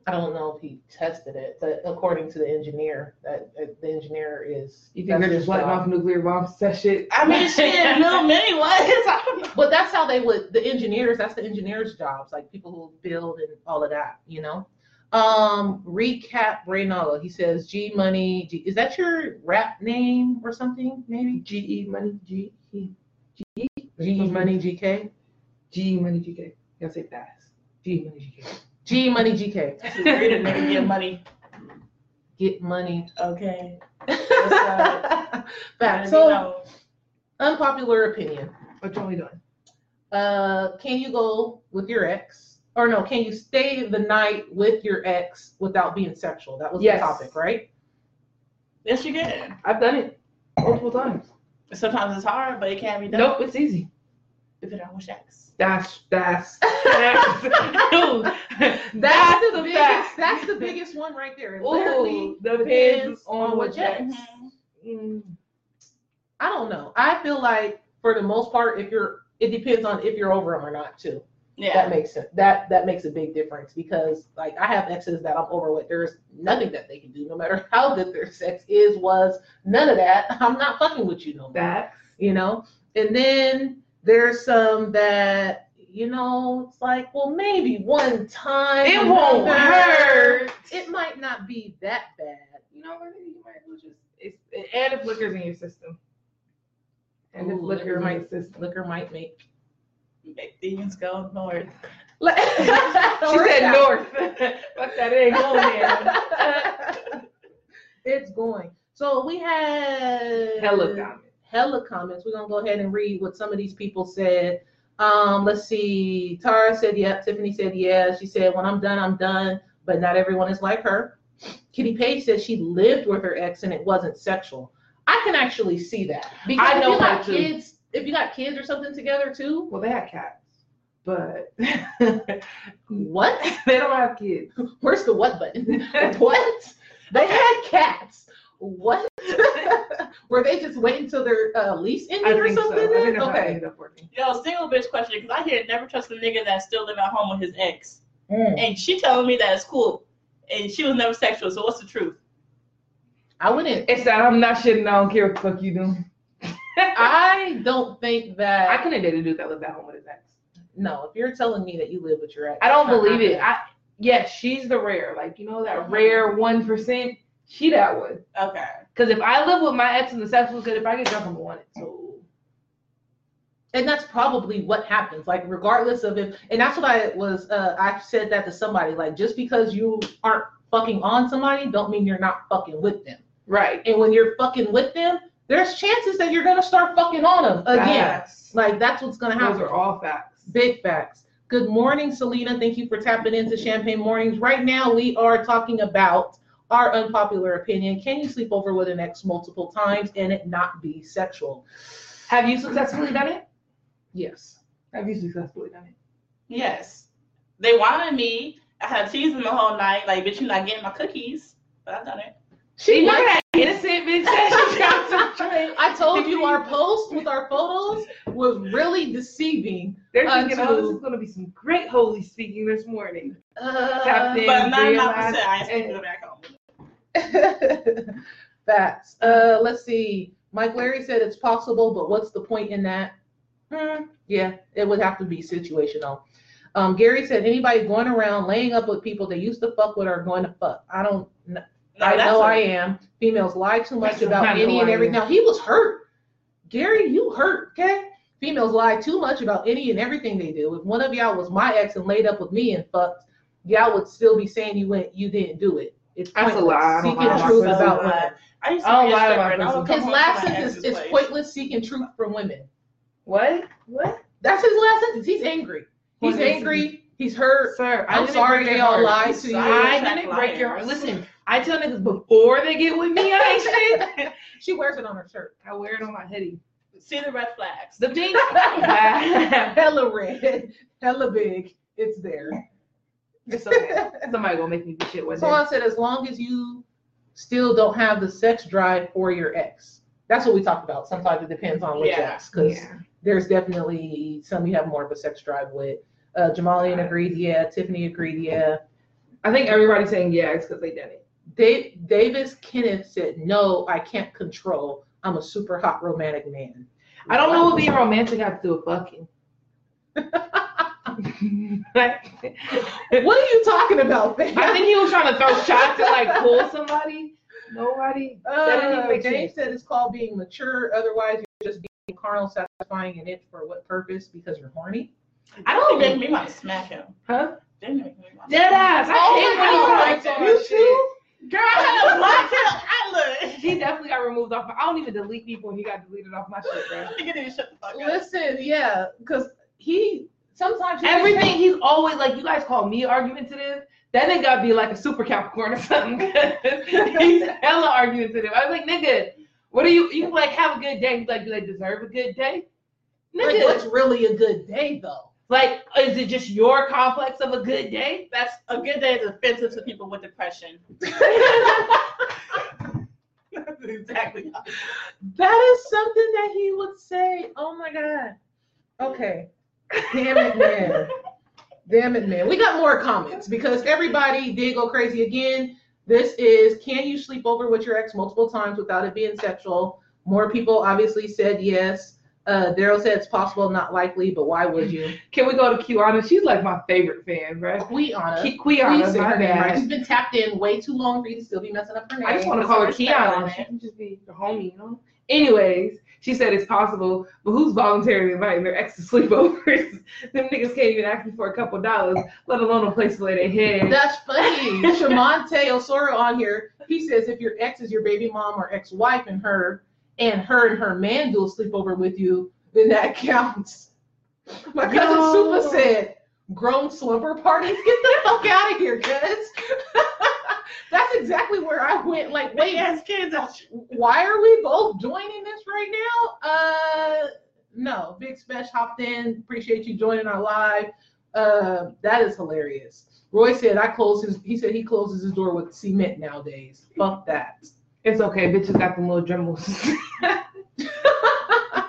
A: I don't know if he tested it, but according to the engineer, that, that the engineer is
C: You think
A: that's
C: they're
A: his
C: just letting
A: job.
C: off nuclear bombs? That shit.
B: I mean, shit, Lil Minnie was. I don't know.
A: But that's how they would the engineers, that's the engineers' jobs, like people who build and all of that, you know. Um recap Reynola. He says G Money G is that your rap name or something, maybe?
C: GE money. G E
A: G E. Money GK?
C: G E money GK. Gotta say fast. G E money GK.
A: G Money GK.
B: That's just weird and never get money.
A: Get money.
B: Okay. right.
A: Back.
B: You
A: So
B: know,
A: unpopular opinion.
C: What you we doing?
A: Uh can you go with your ex? Or no, can you stay the night with your ex without being sexual? That was
C: Yes.
A: the topic, right?
B: yes, you can.
C: I've done it multiple times.
B: Sometimes it's hard, but it can be done.
C: Nope, it's easy.
B: If it don't with sex.
C: That's that's that's dude,
A: That's
C: that's
A: the
C: the
A: biggest.
C: fact.
A: That's the biggest one right there. It
C: Ooh,
A: Literally
C: depends on what
A: Jax.
C: Jax. Mm.
A: I don't know. I feel like for the most part, if you're, it depends on if you're over them or not too.
B: Yeah.
A: That makes sense. That that makes a big difference because like I have exes that I'm over with. There's nothing that they can do, no matter how good their sex is, was none of that. I'm not fucking with you no more.
C: That
A: you know. And then there's some that you know, it's like, well, maybe one time
C: it won't
A: another.
C: hurt.
A: It might not be that bad.
C: you know what? You might as well just it's, and if liquor's in your system, and if
A: Ooh, liquor
C: liquor in your
A: might-
C: system.
A: liquor might make.
B: Make things go north.
C: she said north. Fuck that, it ain't going there.
A: it's going. So we had
C: Hella comment.
A: hella comments. We're gonna go ahead and read what some of these people said. Um, let's see. Tara said yep. Tiffany said yeah. She said when I'm done, I'm done. But not everyone is like her. Kitty Page said she lived with her ex and it wasn't sexual. I can actually see that because
C: I know
A: if you
C: that
A: got
C: too.
A: kids, if you got kids or something together too,
C: Well, they had cats, but they
A: what?
C: don't have kids.
A: Where's the what button? what? They had cats. What? Were they just waiting till their uh, lease
C: I
A: ended or
C: think so.
A: something?
C: I
A: then?
C: think that's how it
A: okay.
C: ended up working.
B: Yo, single bitch question, because I hear never trust a nigga that still live at home with his ex. And she telling me that it's cool. And she was never sexual, so what's the truth?
A: I wouldn't.
C: It's that I'm not shitting. I don't care what the fuck you do. I,
A: I don't think that.
C: I couldn't date a dude that lived at home with his ex.
A: no, if you're telling me that you live with your ex,
C: I don't
A: it's not
C: believe it.
A: happening.
C: I yes, she's the rare, like you know that rare one percent. She that one.
B: Okay.
C: Cause if I live with my ex and the sex was good, if I get drunk, I'm gonna want it. So
A: and that's probably what happens. Like, regardless of if, and that's what I was. Uh, I said that to somebody. Like, just because you aren't fucking on somebody, don't mean you're not fucking with them.
C: right
A: And when you're fucking with them, there's chances that you're gonna start fucking on them again.
C: Facts.
A: Like that's what's gonna
C: those
A: happen.
C: are all facts.
A: Big facts. Good morning, Selena. Thank you for tapping into Champagne Mornings. Right now, we are talking about our unpopular opinion. Can you sleep over with an ex multiple times and it not be sexual?
C: Have you successfully done it?
A: Yes.
C: Have you successfully done it?
B: Yes. They wanted me. I had cheese in the whole night. Like, bitch, you not getting my cookies. But I done it.
A: She
C: you know
A: likes-
C: that innocent bitch that she got some
B: they-
A: I told you our post with our photos was really deceiving.
C: They're thinking,
A: Unto-
C: oh, this is going to be some great holy speaking this morning.
A: Uh,
C: Tapped in.
B: But
C: and
B: ninety nine
C: realized-
B: percent, I ain't
A: and-
B: speaking to back home.
A: Facts. Uh, let's see. Mike Larry said it's possible, but what's the point in that? Hmm, yeah, it would have to be situational. Um, Gary said anybody going around laying up with people they used to fuck with are going to fuck. I don't. kn-
B: No,
A: I
B: that's
A: know
B: a-
A: I am. Females lie too much
C: That's not
A: about any
C: who
A: and
C: I
A: every.
C: am.
A: Now he was hurt. Gary, you hurt, okay? Females lie too much about any and everything they do. If one of y'all was my ex and laid up with me and fucked, y'all would still be saying you went, you didn't do it. It's
C: That's a
A: pointless.
C: lie. I don't lie Oh,
A: Seeking
C: about
A: truth
C: myself.
A: about
B: That's a
A: women.
B: lie. I used to
C: I don't
B: be a
C: lie
B: stripper.
C: about
B: and I would
C: myself.
A: His
B: come home
A: last
B: to my
A: sentence
B: ex's
A: is
B: place.
A: pointless seeking truth from women.
C: What?
B: What?
A: That's his last sentence. He's angry. He's
C: Pointless
A: angry. He's hurt.
C: Sir, I
A: I'm
C: didn't
A: sorry
C: break your
A: they all
C: heart.
A: lied to you.
C: I
B: Check
C: didn't break your heart.
B: liars.
C: Listen, I tell niggas before they get with me, I ain't shit.
A: she wears it on her shirt.
C: I wear it on my hoodie.
B: See the red flags.
C: The thing,
A: hella red, hella big. It's there.
C: it's okay. Somebody gonna make me do shit one day.
A: Someone said, as long as you still don't have the sex drive for your ex. That's what we talked about. Sometimes it depends on which
B: Yeah.
A: ex, because
C: Yeah.
A: there's definitely some you have more of a sex drive with. Uh, Jamalian agreed, yeah. Tiffany agreed, yeah.
C: I think everybody's saying yeah, it's because they done it.
A: Da- Davis Kenneth said, "No, I can't control. I'm a super hot romantic man."
C: I don't know what being romantic has to do with fucking.
A: What are you talking about, fam?
C: I think he was trying to throw shots and like pull somebody. Nobody. That didn't even
A: Uh,
C: make
A: James
C: sense.
A: said it's called being mature. Otherwise, you're just being carnal, satisfying an itch for what purpose? Because you're horny.
C: I don't
B: They make me want to smack him.
C: Huh?
B: They make me want to.
C: Dead ass. I
A: Oh
C: hate
A: my
C: when
A: God.
C: he like that.
A: You too?
B: Girl, I had a black him. I look.
C: He definitely got removed off. I don't even delete people, and he got deleted off my shit, bro.
B: I think it is shut the fuck up.
A: Listen, yeah, because he sometimes he just
C: Everything he's always like, you guys call me argumentative. That nigga be like a super Capricorn or something. 'cause he's hella argumentative. I was like, nigga, what are you? You like have a good day? He's like, do they deserve a good day?
A: can't- like,
C: Nigga,
A: what's really a good day though?
C: like, is it just your complex of a good day?
B: That's a good day is offensive to people with depression. That's exactly. how-
A: That is something that he would say. Oh my god. Okay. Damn it, man. Damn it, man. We got more comments because everybody did go crazy again. This is can you sleep over with your ex multiple times without it being sexual? More people obviously said yes. Uh, Daryl said it's possible, not likely, but why would you?
C: Can we go to Kiana? She's like my favorite fan, bro.
A: Kiana.
C: Ki- Kiana, my bad.
A: She's been tapped in way too long for you to still be messing up her name.
C: I just want to call her
B: That's our respect on
C: Kiana.
B: it.
C: She can just be the homie, you know. Anyways, she said it's possible, but who's voluntarily inviting their ex to sleepovers? Them niggas can't even ask me for a couple dollars, let alone a place to lay their head.
A: That's funny. Shamonte Osoro on here. He says if your ex is your baby mom or ex-wife and her and her and her man do a sleepover with you, then that counts. My cousin
C: Yo.
A: Super said, grown slumber parties? Get the fuck out of here, cuz. That's exactly where I went. Like,
B: They
A: wait,
B: ask kids out.
A: why are we both joining this right now? Uh, no, Big Spesh hopped in. Appreciate you joining our live. Uh, that is hilarious. Roy said I close his. He said he closes his door with cement nowadays. Fuck that.
C: It's okay, bitches got them little dremels.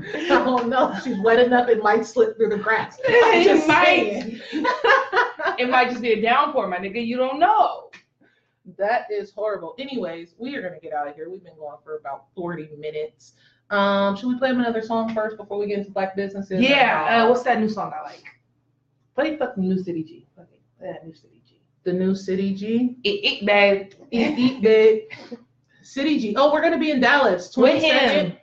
A: I don't know. She's wet enough. It might slip through the cracks. I'm just
C: it might,
A: saying.
C: it might just be a downpour, my nigga. You don't know.
A: That is horrible. Anyways, we are gonna get out of here. We've been going for about forty minutes. Um, should we play him another song first before we get into black businesses?
C: Yeah. Uh, what's that new song I like? Play fucking New City G. Fuck it. Play that New City G.
A: the new City G.
C: It, it bad.
A: Eat, eat big. City G. Oh, we're gonna be in Dallas.
C: With
A: Twenty
C: him.
A: second.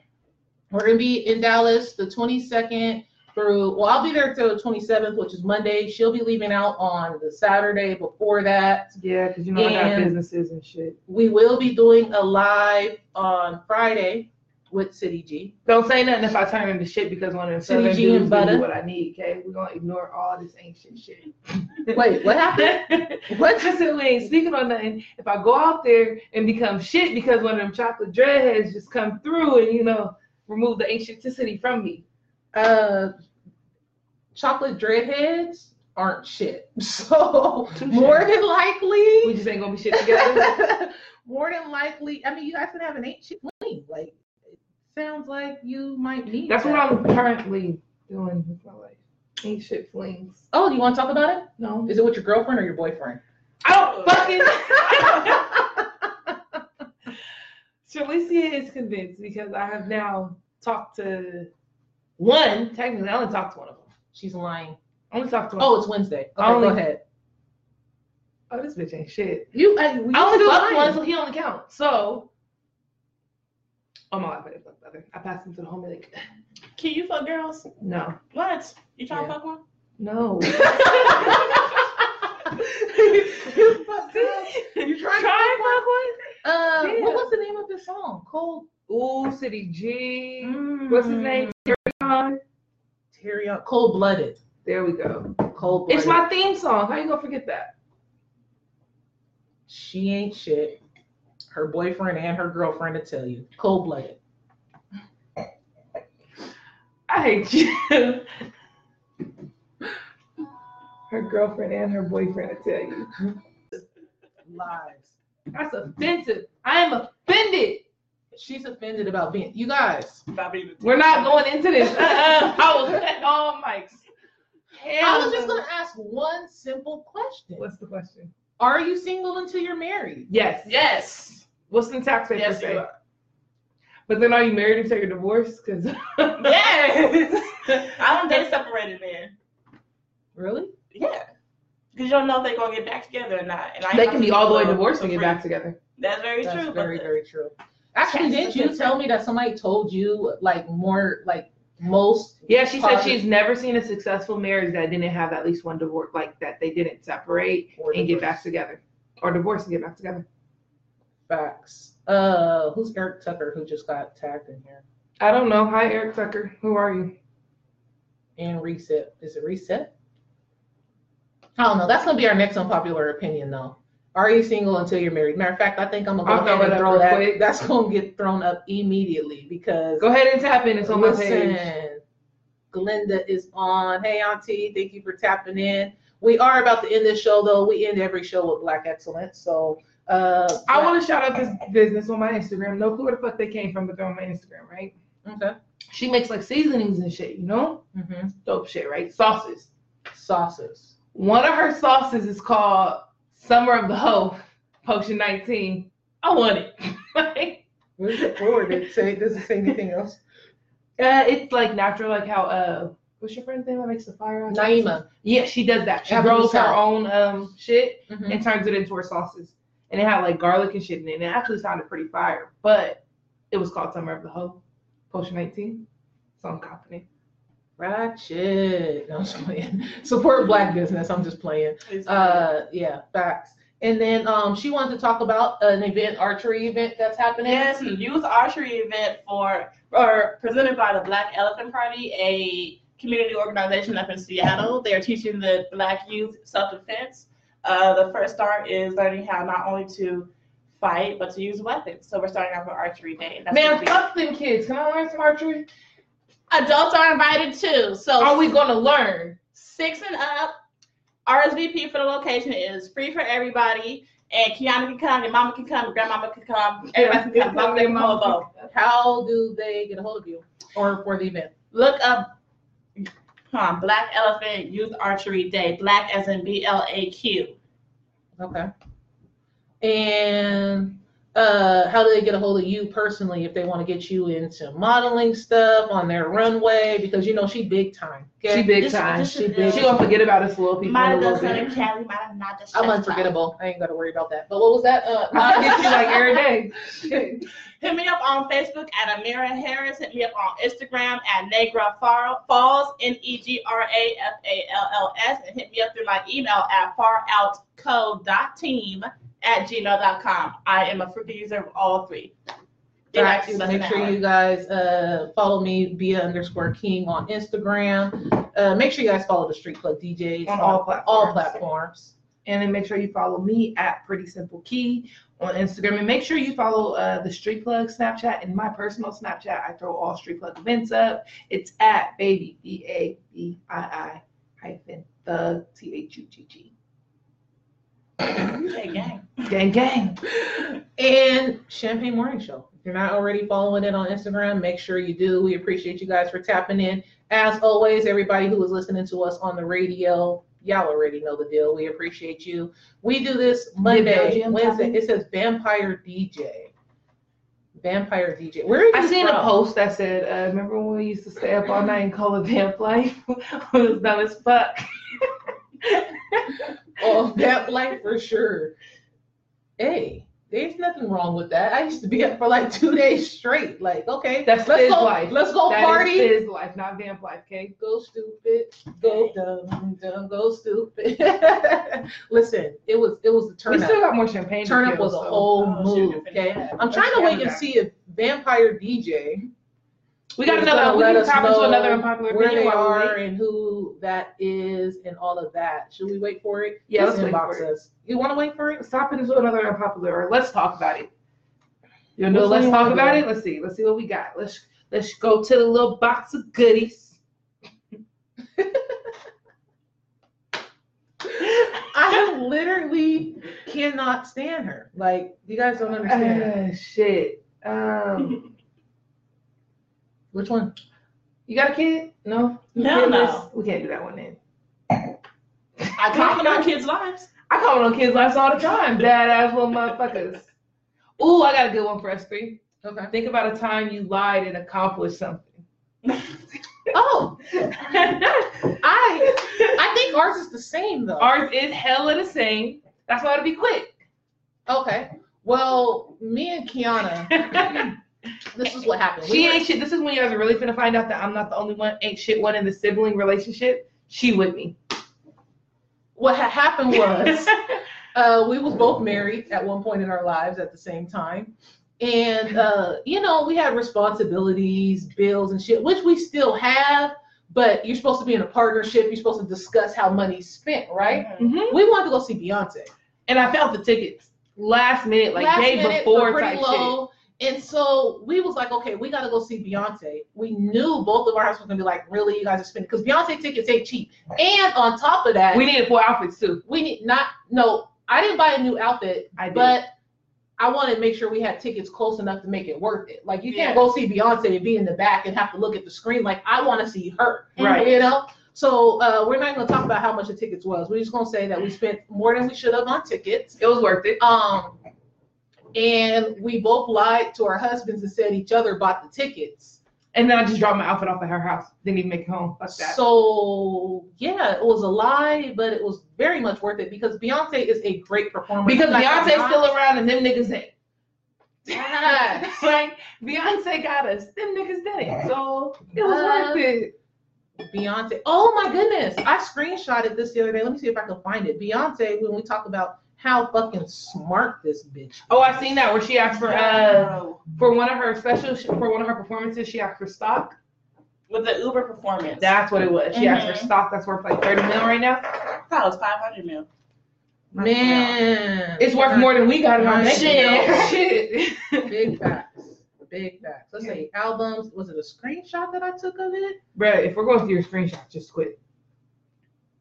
A: We're gonna be in Dallas the twenty second through. Well, I'll be there till the twenty seventh, which is Monday. She'll be leaving out on the Saturday before that.
C: Yeah, because you know I got
A: And-
C: businesses and shit.
A: We will be doing a live on Friday with City G.
C: Don't say nothing if I turn into shit because one of them
A: City
C: southern
A: G and
C: dudes give me
A: butter.
C: what I need, okay? We're gonna ignore all this ancient shit.
A: Wait, what happened?
C: What just said we ain't speaking on nothing. If I go out there and become shit because one of them chocolate dreadheads just come through and you know remove the ancienticity from me.
A: Uh, chocolate dreadheads aren't shit. So more than likely,
C: We just ain't gonna be shit together.
A: more than likely, I mean, you guys can have an ancient queen. Like, it sounds like you might need.
C: That's what
A: that.
C: I'm currently doing with my life. Ain't shit flings.
A: Oh, you want to talk about it?
C: No.
A: Is it with your girlfriend or your boyfriend?
C: I don't fucking. Shalicia is convinced because I have now talked to one. Technically, I only talked to one of them.
A: She's lying.
C: I only talked to one.
A: Oh, it's Wednesday. Okay,
C: Only-
A: go ahead.
C: oh, this bitch ain't shit.
A: You, I, you
C: I only
A: still lying.
C: fucked one, so he only counts. So, oh my god, I fucked the other. I passed him to the home and like,
B: Can you fuck girls?
C: no,
B: What? You trying
A: Yeah.
B: to fuck one?
C: no.
A: you fucked girls.
C: you trying to
A: Uh,
C: Yeah.
A: What was the name of this song? Cold.
C: one? Ooh, City G.
B: Mm.
C: What's his name?
A: Terry. Cold blooded.
C: There we go.
A: Cold blooded.
C: It's my theme song. How you gonna forget that?
A: She ain't shit. Her boyfriend and her girlfriend to tell you. Cold blooded.
C: I hate you. Her girlfriend and her boyfriend, I tell you.
A: Lies.
C: That's offensive. I am offended.
A: She's offended about being. You guys.
C: We're not going into this. Uh-uh. I was at all mics.
A: I was just gonna ask one simple question.
C: What's the question?
A: Are you single until you're married?
C: Yes.
B: Yes.
C: What's the tax paper
B: Yes, you
C: say?
B: are.
C: But then are you married until you're divorced? Because
B: Yes. I don't date separated men.
A: Really?
B: Yeah. Because you don't know if they're gonna get back together or not. And I
C: they can be all the way divorced
B: to
C: and get back together.
B: That's very
A: That's
B: true.
A: very
B: but
A: very true. Actually,
B: Yes,
A: didn't
B: that's
A: you
B: different.
A: tell me that somebody told you like more like most?
C: Yeah, she said
A: Probably.
C: she's never seen a successful marriage that didn't have at least one divorce, like that they didn't separate
A: Or
C: and get back
A: divorce.
C: together, or divorce and get back together.
A: Facts. Uh, who's Eric Tucker who just got tagged in here?
C: I don't know. Hi, Eric Tucker. Who are you?
A: And reset. Is it reset? I don't know. That's gonna be our next unpopular opinion though. Are you single until you're married? Matter of fact, I think I'm gonna
C: I'll
A: go ahead
C: throw it
A: and
C: up
A: throw
C: real
A: that.
C: quick.
A: That's gonna get thrown up immediately because
C: Go ahead and tap in. It's on my page.
A: Listen, Glinda is on. Hey, Auntie, thank you for tapping in. We are about to end this show, though. We end every show with Black excellence. So, uh,
C: I want to shout out this business on my Instagram. No clue where the fuck they came from, but they're on my Instagram, right?
A: okay.
C: She makes like seasonings and shit, you know?
A: hmm
C: Dope shit, right? Sauces.
A: Sauces.
C: One of her sauces is called Summer of the Hoe, Potion 19. I want it. like,
A: Where's it forward? It say it doesn't say anything else.
C: uh, it's like natural, like how, uh, what's your friend's name that makes the fire? out?
A: Naima.
C: Yeah, she does that. She
A: Abu
C: grows her
A: Sal.
C: own um shit.
A: Mhm.
B: Mm-hmm.
C: and turns it into her sauces. And it had like garlic and shit in it. And it actually sounded pretty fire, but it was called Summer of the Hoe, Potion 19. So I'm confident.
A: Ratchet. No, I'm just playing. Support Black business. I'm just playing.
B: It's-
A: Uh, yeah, facts. And then um, she wanted to talk about an event, archery event that's happening.
B: Yes, a youth archery event for or presented by the Black Elephant Party, a community organization up in Seattle. They are teaching the Black youth self-defense. Uh, the first start is learning how not only to fight but to use weapons. So we're starting off with archery day. That's
C: Man,
B: gonna be-
C: fuck them kids. Can I learn some archery?
B: adults are invited too. So
C: Are we gonna learn?
B: six and up. RSVP for the location is free for everybody. And Kiana can come, your mama can come, your grandmama can come, everybody can come. Mama can come, both.
A: How do they get a hold of you or for the event?
B: Look up huh, Black Elephant Youth Archery Day. Black as in B L A Q.
A: Okay. And uh, how do they get a hold of you personally if they want to get you into modeling stuff on their runway? Because you know she big time.
C: She
A: Okay.
C: big
B: This-
C: time.
B: this
C: she
B: is
C: big.
B: ill.
C: She gonna forget about us little people. in a
B: Might
C: little
B: have
C: bit.
B: done Cali, might have not just
A: I'm unforgettable. I ain't gotta worry about that. But what was that? Uh,
C: I get you like every day. Shit.
B: Hit me up on Facebook at Amira Harris. Hit me up on Instagram at Negra Far- Falls, N E G R A F A L L S. And hit me up through my email at faroutco.team at gmail.com. I am a freaking user of all three. It
A: Facts.
B: actually
A: Make
B: doesn't
A: sure
B: matter.
A: you guys uh, follow me, Bia underscore King on Instagram. Uh, make sure you guys follow the Street Club DJs
C: On all
A: all
C: platforms.
A: platforms.
C: And then make sure you follow me at Pretty Simple Key on Instagram. And make sure you follow uh, the Street Plug Snapchat and my personal Snapchat. I throw all Street Plug events up. It's at baby, B A B I I hyphen thug, T H U G G.
B: Yeah, gang.
C: Gang, gang.
A: And Champagne Morning Show. If you're not already following it on Instagram, make sure you do. We appreciate you guys for tapping in. As always, everybody who is listening to us on the radio, y'all already know the deal. We appreciate you. We do this Monday,
C: Belgium
A: Wednesday.
C: tapping?
A: It says Vampire DJ. Vampire DJ. Where are
C: I
A: you
C: seen
A: from?
C: a post that said, uh, "Remember when we used to stay up all night and call it vamp life? it was dumb as fuck."
A: Oh, that life for sure. Hey, there's nothing wrong with that. I used to be up for like two days straight. Like, okay,
C: That's
A: let's
C: Fizz
A: go,
C: life.
A: let's go
C: That is
A: party.
C: Fizz life, not vamp life. Okay.
A: go stupid, go dumb, dumb, go stupid. Listen, it was it was the turn
C: we still
A: up.
C: got more champagne. to
A: Turn up
C: kill,
A: was a
C: so.
A: whole
B: Oh, shoot,
A: move.
B: you're
A: Okay,
B: finna-
A: I'm trying to
C: Let's
A: wait
C: do
A: and
C: that.
A: see if Vampire DJ
C: We got
A: It's
C: another.
A: gonna
C: We
A: let
C: can
A: us
C: tap into
A: know
C: another unpopular
A: where
C: opinion
A: they
C: while we wait.
A: are and who that is and all of that. Should we wait for it?
C: Yeah,
A: Just
C: let's wait
A: inbox
C: for it.
A: us. You want to wait for it?
C: Let's tap into another unpopular, or let's talk about it. You
A: Which
C: know,
A: one
C: let's
A: you
C: talk
A: wanna
C: about
A: do?
C: it. Let's see. Let's see what we got. Let's let's go to the little box of goodies.
A: I literally cannot stand her. Like you guys don't understand.
C: Uh, shit. Um,
A: Which one?
C: you got a kid? No.
B: No, no.
C: Kidless? We can't do that one then.
B: I comment on kids' lives.
C: I call on kids' lives all the time. Badass little motherfuckers. Ooh, I got a good one for us three.
A: Okay.
C: Think about a time you lied and accomplished something.
A: Oh, I I think ours is the same though.
C: Ours is hella the same. That's why it'll be quick.
A: okay. Well, me and Kiana, this is what happened.
C: she
A: were-
C: ain't shit. This is when you guys are really finna find out that I'm not the only one, ain't shit one in the sibling relationship. She with me.
A: what had happened was
C: Was.
A: uh, we was both married at one point in our lives at the same time, and uh, you know we had responsibilities, bills, and shit, which we still have. But you're supposed to be in a partnership. You're supposed to discuss how money's spent, right?
C: Mhm.
A: We wanted to go see Beyonce.
C: And I found the tickets last minute, like
A: last
C: day
A: minute for
C: before
A: pretty
C: type shit.
A: low. And so we was like, okay, we gotta go see Beyonce. We knew both of our houses were gonna be like, really, you guys are spending because Beyonce tickets ain't cheap. And on top of that,
C: We
A: we,
C: needed four outfits too.
A: need not no, I didn't buy a new outfit,
C: I did.
A: but I wanted to make sure we had tickets close enough to make it worth it. Like you
B: Yeah.
A: can't go see Beyonce and be in the back and have to look at the screen like I want to see her.
C: Right.
A: You know? So uh, we're not gonna talk about how much the tickets was. We're just gonna say that we spent more than we should have on tickets.
C: it was worth it.
A: Um, and we both lied to our husbands and said each other bought the tickets.
C: And then I just dropped my outfit off at her house. Didn't even make it home. Fuck that.
A: So yeah, it was a lie, but it was very much worth it because Beyonce is a great performer.
C: Because
A: Like, I'm
C: Beyonce's
A: not-
C: still around and them niggas ain't.
A: Yes.
C: like Beyonce got us, them niggas didn't. So it was
A: Uh,
C: worth it.
A: Beyonce. Oh my goodness, I screenshotted this the other day. Let me see if I can find it. Beyonce, when we talk about how fucking smart this bitch.
C: Oh, I seen that where she
B: Mm-hmm.
C: asked for uh
B: Wow.
C: for one of her special for one of her performances, she asked for stock.
B: with the Uber performance.
C: That's what it was. She asked for
B: Mhm.
C: stock. That's worth like thirty mil right now.
B: I thought it was 500 mil.
A: Man,
C: It's worth more than we got
B: Oh,
C: in our bank account.
A: Shit.
C: Shit.
A: Big facts. Big facts. Let's say albums. Was it a screenshot that I took of it?
C: Bruh, if we're going through your screenshots, just quit.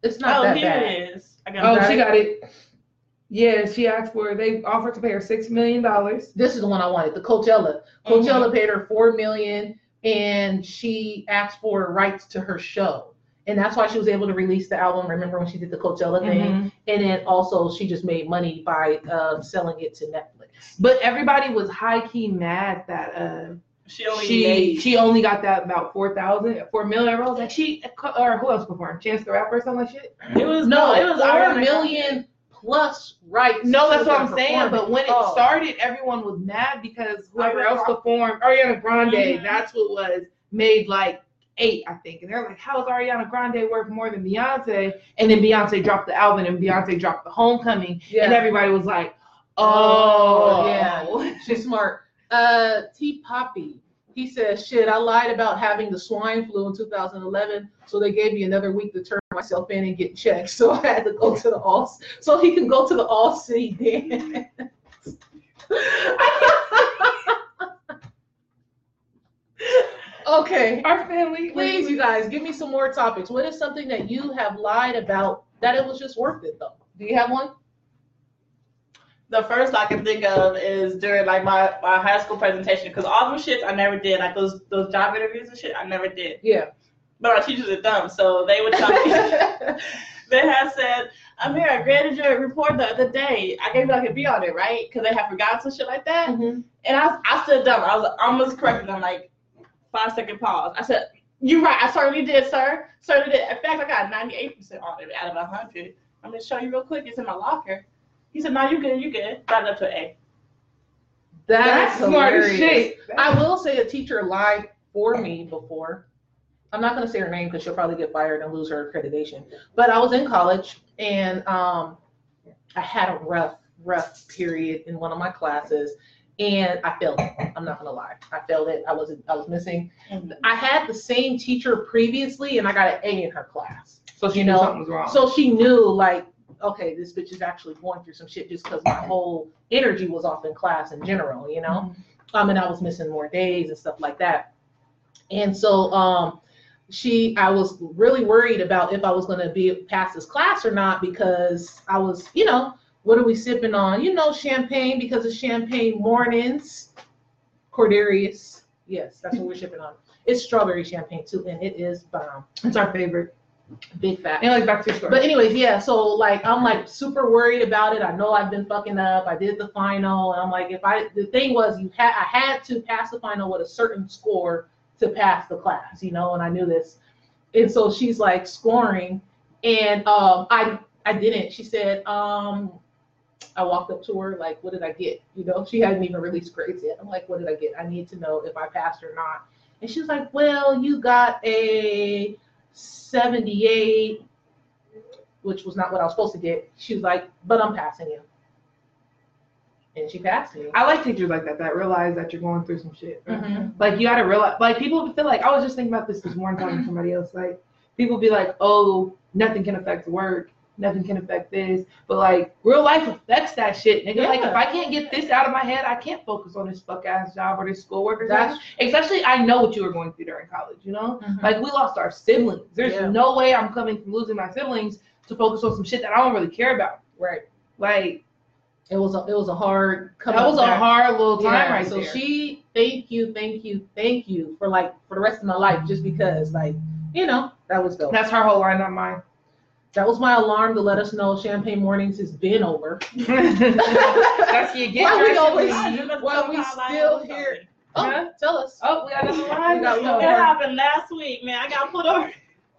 A: It's not that
B: oh, here
A: bad.
B: it is. I got
C: Oh,
A: got
C: she
A: it?
C: got it. Yeah, she asked for they offered to pay her six million dollars.
A: This is the one I wanted. The Coachella. Coachella paid her four million, and she asked for rights to her show, and that's why she was able to release the album. Remember when she did the Coachella
C: Mm-hmm.
A: thing? And then also she just made money by um, selling it to Netflix.
C: But everybody was high key mad that uh
B: She only
C: she
B: made-
C: she only got that about four thousand four million rolls. Like she or who else performed? Chance the Rapper or something like shit.
B: It was
A: No, it was
B: Ariana
A: four
B: Grande.
A: million plus rights.
C: No, that's
A: to
C: what
A: the
C: I'm saying. But when it
A: performance. Oh.
C: started, everyone was mad because whoever
B: Ariana
C: else performed Ariana Grande.
B: Mhm.
C: That's what was made like eight, I think. And they're like, how is Ariana Grande worth more than Beyonce? And then Beyonce dropped the album and Beyonce dropped the Homecoming, and
A: yeah,
C: everybody was like,
A: Oh,
C: oh,
A: yeah. she's smart. Uh, T Poppy. He says, "Shit, I lied about having the swine flu in 2011, so they gave me another week to turn myself in and get checked. So I had to go to the all, so he can go to the all city dance." okay,
C: Our family,
A: Please, you guys, give me some more topics. What is something that you have lied about that it was just worth it though? Do you have one?
B: The- the first I can think of is during like my, my high school presentation because all those shits I never did like those those job interviews and shit I never did.
C: Yeah.
B: But our teachers are dumb, so they would tell me. they had said, Amir, I graded your report the other day. I gave you like a B on it, right? Because they had forgotten some shit like that.
A: Mhm.
B: And I, I stood dumb. I was almost corrected them, like five second pause. I said, You're right. I certainly did, sir. Certainly did. In fact, I got 98% on it out of 100. I'm going to show you real quick. It's in my locker. He said, No, you good. You good. Got it up to an A.
C: That's, smart as
A: hilarious.
C: shit.
A: I will say a teacher lied for me before. I'm not gonna say her name because she'll probably get fired and lose her accreditation. But I was in college and um, I had a rough, rough period in one of my classes, and I failed it. I'm not gonna lie, I failed it. I was I was missing. I had the same teacher previously, and I got an A in her class.
C: So she
A: You
C: knew
A: know,
C: something was wrong.
A: So she knew, like, okay, this bitch is actually going through some shit just because my whole energy was off in class in general, you know?
C: Mm-hmm.
A: Um, and I was missing more days and stuff like that. And so um, she, I was really worried about if I was going to be pass this class or not because I was, you know, what are we sipping on? You know, champagne because of champagne mornings. Cordarius. Yes, that's what we're sipping on. It's strawberry champagne too, and it is bomb.
C: it's our favorite.
A: Big fat.
C: And like back to your story.
A: But anyways, yeah. So like, I'm like super worried about it. I know I've been fucking up. I did the final, and I'm like, if I the thing was, you had I had to pass the final with a certain score to pass the class, you know, and I knew this. And so she's like scoring, and um, I I didn't. She said, um, I walked up to her like, what did I get? You know, she hadn't even released grades yet. I'm like, what did I get? I need to know if I passed or not. And she was like, well, you got a 78 which was not what I was supposed to get. She was like, but I'm passing you. And she passed me.
C: I like teachers like that that realize that you're going through some shit. right?
A: Mhm.
C: Like you gotta realize, like people feel like I was just thinking about this this morning talking to somebody else. Like people be like, oh, nothing can affect work, nothing can affect this, but like real life affects that shit, nigga. Like
A: Yeah.
C: if I can't get this out of my head, I can't focus on this fuck ass job or this schoolwork or
A: That's
C: something. Especially I know what you were going through during college, you know.
A: like,
C: Like we lost our siblings. There's
A: Yeah.
C: no way I'm coming from losing my siblings to focus on some shit that I don't really care about.
A: right.
C: Like
A: It was a it was a hard coming
C: that was a
A: back.
C: hard little time
A: Yeah,
C: right
A: so
C: there.
A: she thank you, thank you, thank you for like for the rest of my life just because like you know that was dope.
C: That's her whole line, not mine.
A: That was my alarm to let us know Champagne Mornings has been over.
C: That's you get.
A: Why we
C: your
A: always-
C: shit.
A: Well, we still here. Oh,
C: Huh?
A: tell us.
C: Oh, we got another
A: We
C: line.
A: got
B: It
A: one.
C: That's
B: happened last week, man. I got pulled over.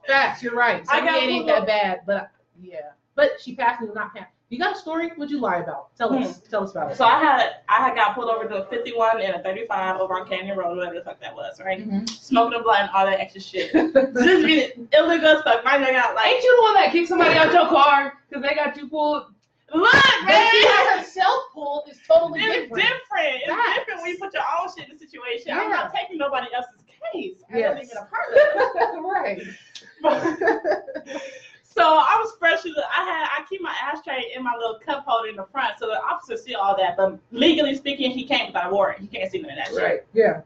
A: Facts, you're right.
B: I
A: I
B: got
A: ain't
B: pulled
A: that bad, but I- yeah. But she passed me, not passed. You got a story? Would you lie about? Tell us. Tell us about it.
B: So I had I had got pulled over to a 51 and a 35 over on Canyon Road, whatever the fuck that was, right?
A: Mhm.
B: Smoking a blunt, all that extra shit. Just be illegal as fuck. My nigga got like,
C: Ain't you the one that kicked somebody out your car because they got you pulled?
B: look,
A: That she
B: man,
A: had herself pulled is totally
B: it's different.
A: different.
B: It's
A: Facts.
B: different when you put your own shit in the situation. I'm
A: Yeah.
B: not taking nobody else's case. I'm not
A: Yes.
B: even a part of it.
A: right.
B: so I was fresh. as- I had I keep my ashtray in my little cup holder in the front, so the officer see all that. But legally speaking, he came without a warrant. He can't see none of that shit.
A: Yeah.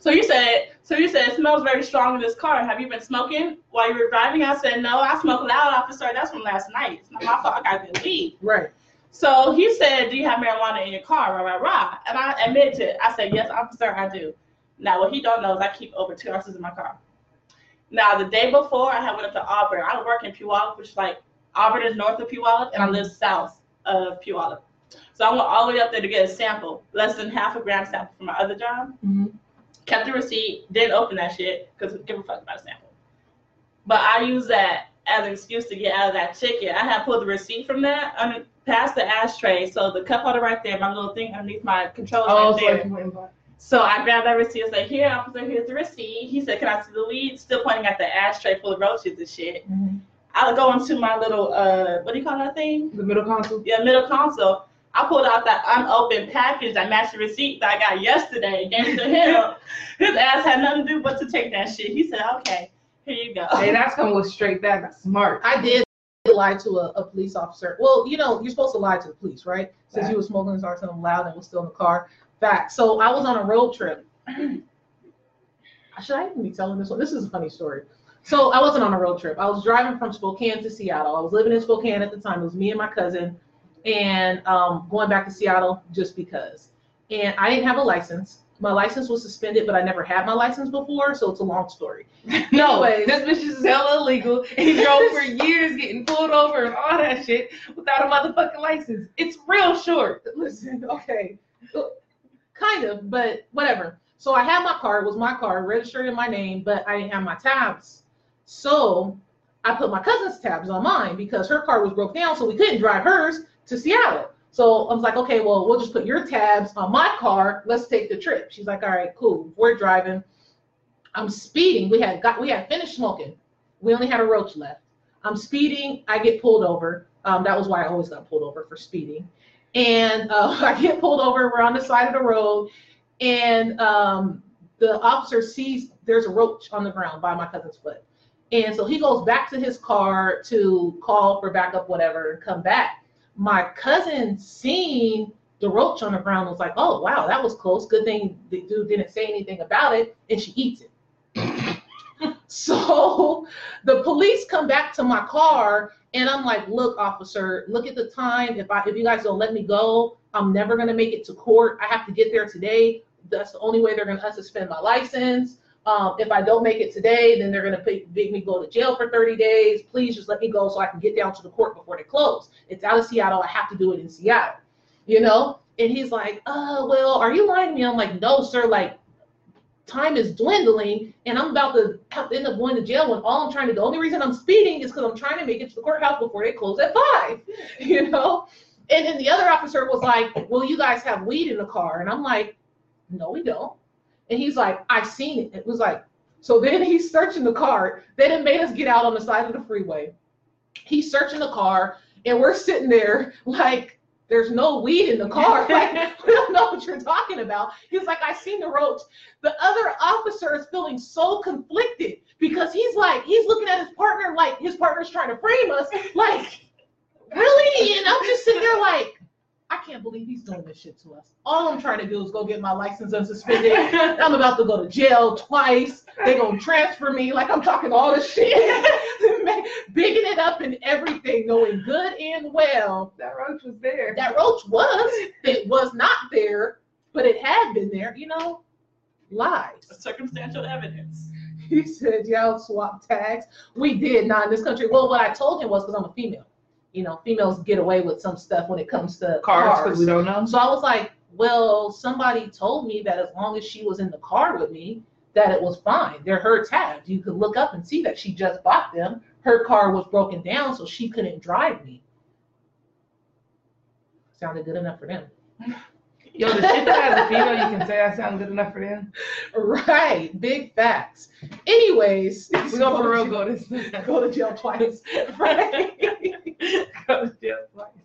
B: So you said, so you said it smells very strong in this car. Have you been smoking while you were driving? I said, no, I smoked loud, officer. That's from last night. It's not my fault. I got good weed.
A: Right.
B: So he said, do you have marijuana in your car? Rah rah rah. And I admitted, I said, yes, officer, I do. Now what he don't know is I keep over two ounces in my car. Now the day before, I had went up to Auburn. I work in Puyallup, which is like Auburn is north of Puyallup, and I live south of Puyallup. So I went all the way up there to get a sample, less than half a gram sample from my other job
C: Mm-hmm.
B: kept the receipt, didn't open that shit because give a fuck about a sample. But I used that as an excuse to get out of that ticket. I had pulled the receipt from that under, past the ashtray, so the cup holder right there, my little thing underneath my controller
C: Oh,
B: right
C: so
B: there.
C: you went and bought-
B: So I grabbed that receipt. I was like, "Here, officer, here's the receipt." He said, "Can I see the weed?" Still pointing at the ashtray full of roaches and shit.
C: Mm-hmm.
A: Mhm.
B: I'll go into my little uh, what do you call that thing?
C: the middle console.
B: Yeah, middle console. I pulled out that unopened package that matched the receipt that I got yesterday. Gave it to him. His ass had nothing to do but to take that shit. He said, "Okay, here you go."
C: Hey, that's gonna go straight back. That's smart.
A: I did lie to a, a police officer. Well, you know, you're supposed to lie to the police, right? Since you were smoking and started something loud and was still in the car. Fact. So I was on a road trip. Should I even be telling this one? This is a funny story. So I wasn't on a road trip. I was driving from Spokane to Seattle. I was living in Spokane at the time. It was me and my cousin. and um, going back to Seattle just because. And I didn't have a license. My license was suspended, but I never had my license before, so it's a long story.
C: No,
A: Anyways.
C: this bitch is hella illegal. He drove for years getting pulled over and all that shit without a motherfucking license. It's real short.
A: Listen, okay, kind of, but whatever. So I had my car. It was my car, registered in my name, but I didn't have my tabs. So I put my cousin's tabs on mine because her car was broke down, so we couldn't drive hers to Seattle. So I was like, okay, well, we'll just put your tabs on my car. Let's take the trip. She's like, all right, cool. We're driving. I'm speeding. We had got we had finished smoking. We only had a roach left. I'm speeding. I get pulled over. Um, that was why I always got pulled over for speeding. And uh, I get pulled over. We're on the side of the road, and um, the officer sees there's a roach on the ground by my cousin's foot. And so he goes back to his car to call for backup, whatever, and come back. My cousin seen the roach on the ground was like, oh, wow, that was close. Good thing the dude didn't say anything about it, and she eats it. so the police come back to my car, and I'm like, look, officer, look at the time. If I if you guys don't let me go, I'm never gonna make it to court. I have to get there today. That's the only way they're gonna unsuspend my license um, if I don't make it today, then they're going to make me go to jail for 30 days. Please just let me go so I can get down to the court before they close. It's out of Seattle. I have to do it in Seattle, you know? And he's like, uh, well, are you lying to me? I'm like, no, sir. Like, time is dwindling and I'm about to have to end up going to jail when all I'm trying to, the only reason I'm speeding is because I'm trying to make it to the courthouse before they close at five, you know? And then the other officer was like, well, you guys have weed in the car. And I'm like, no, we don't. And he's like, I've seen it. It was like, so then he's searching the car. They done made us get out on the side of the freeway. He's searching the car, and we're sitting there like, there's no weed in the car. Like, we don't know what you're talking about. He's like, I seen the roach. The other officer is feeling so conflicted because he's like, he's looking at his partner like his partner's trying to frame us. Like, really? And I'm just sitting there like, I can't believe he's doing this shit to us. All I'm trying to do is go get my license unsuspended I'm about to go to jail twice. They gonna transfer me. Like I'm talking all this shit, bigging it up and everything, knowing good and well
C: That roach was there.
A: that roach was. It was not there, but it had been there. You know, lies.
B: Circumstantial evidence.
A: He said, "Y'all swap tags." We did not in this country. Well, what I told him was because I'm a female. You know, females get away with some stuff when it comes to Um,
C: Cars, because we don't know.
A: So I was like, well, somebody told me that as long as she was in the car with me, that it was fine. They're her tabs. You could look up and see that she just bought them. Her car was broken down, so she couldn't drive me. Sounded good enough for them.
C: Yo, the shit that has a female, you can say that sound good enough for them.
A: Right. Big facts. Anyways,
C: We gonna for real go this.
A: go to jail twice. right.
C: Go to jail twice.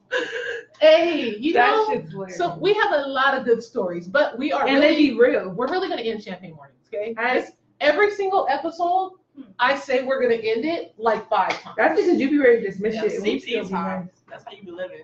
A: Hey, you
C: that
A: know.
C: shit's hilarious.
A: So we have a lot of good stories, but we are
C: and
A: really
C: they be real.
A: we're really gonna end champagne mornings, okay?
C: All right.
A: This- every single episode,
B: Hmm.
A: I say we're gonna end it like five times.
C: That's because you be ready to dismiss
B: Yeah,
C: shit. and we still
B: CP
C: be
B: time. That's how you be living.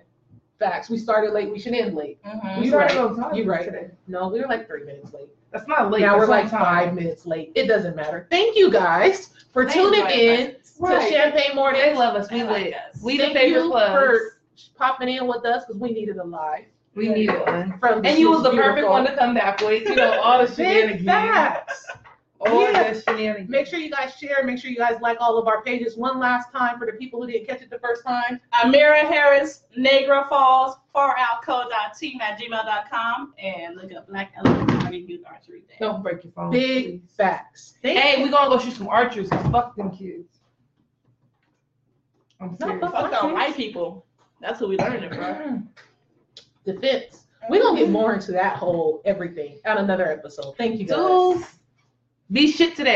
A: Facts. We started late. We should end late.
C: nice.
B: Mm-hmm.
C: We
A: You
C: started
A: right.
C: on time
A: You right.
C: today.
A: No, we were like three minutes late.
C: That's not late.
A: now
C: that's
A: we're like
C: on time.
A: five minutes late. It doesn't matter. Thank you guys for tuning in
C: Right.
A: to Champagne
C: They
A: Morning.
C: love us. We
B: I like
C: lit.
B: us.
C: We
A: Thank
C: the favorite
A: you
C: club.
A: for popping in with us because we needed a live
C: We need one.
A: from
C: And you was the
A: This Is
C: perfect
A: Beautiful.
C: one to come back with. You know all the
A: Big
C: shenanigans.
A: facts.
C: All
A: Yeah.
C: the shenanigans.
A: Make sure you guys share. Make sure you guys like all of our pages one last time for the people who didn't catch it the first time.
B: Amira Harris, Niagara Falls, faroutco.team at gmail.com, and look up Black Elephant Party Youth Archery Day.
C: Don't break your phone.
A: Big
C: Oh, please.
A: facts. Thank
C: Hey, we gonna go shoot some archers. 'cause Fuck them kids. I'm
A: No,
C: serious.
A: fuck
B: Fuck on white people. That's what we learned it from.
A: defense. We're gonna get more into that whole everything on another episode. Thank you guys.
C: Dudes, be shit today.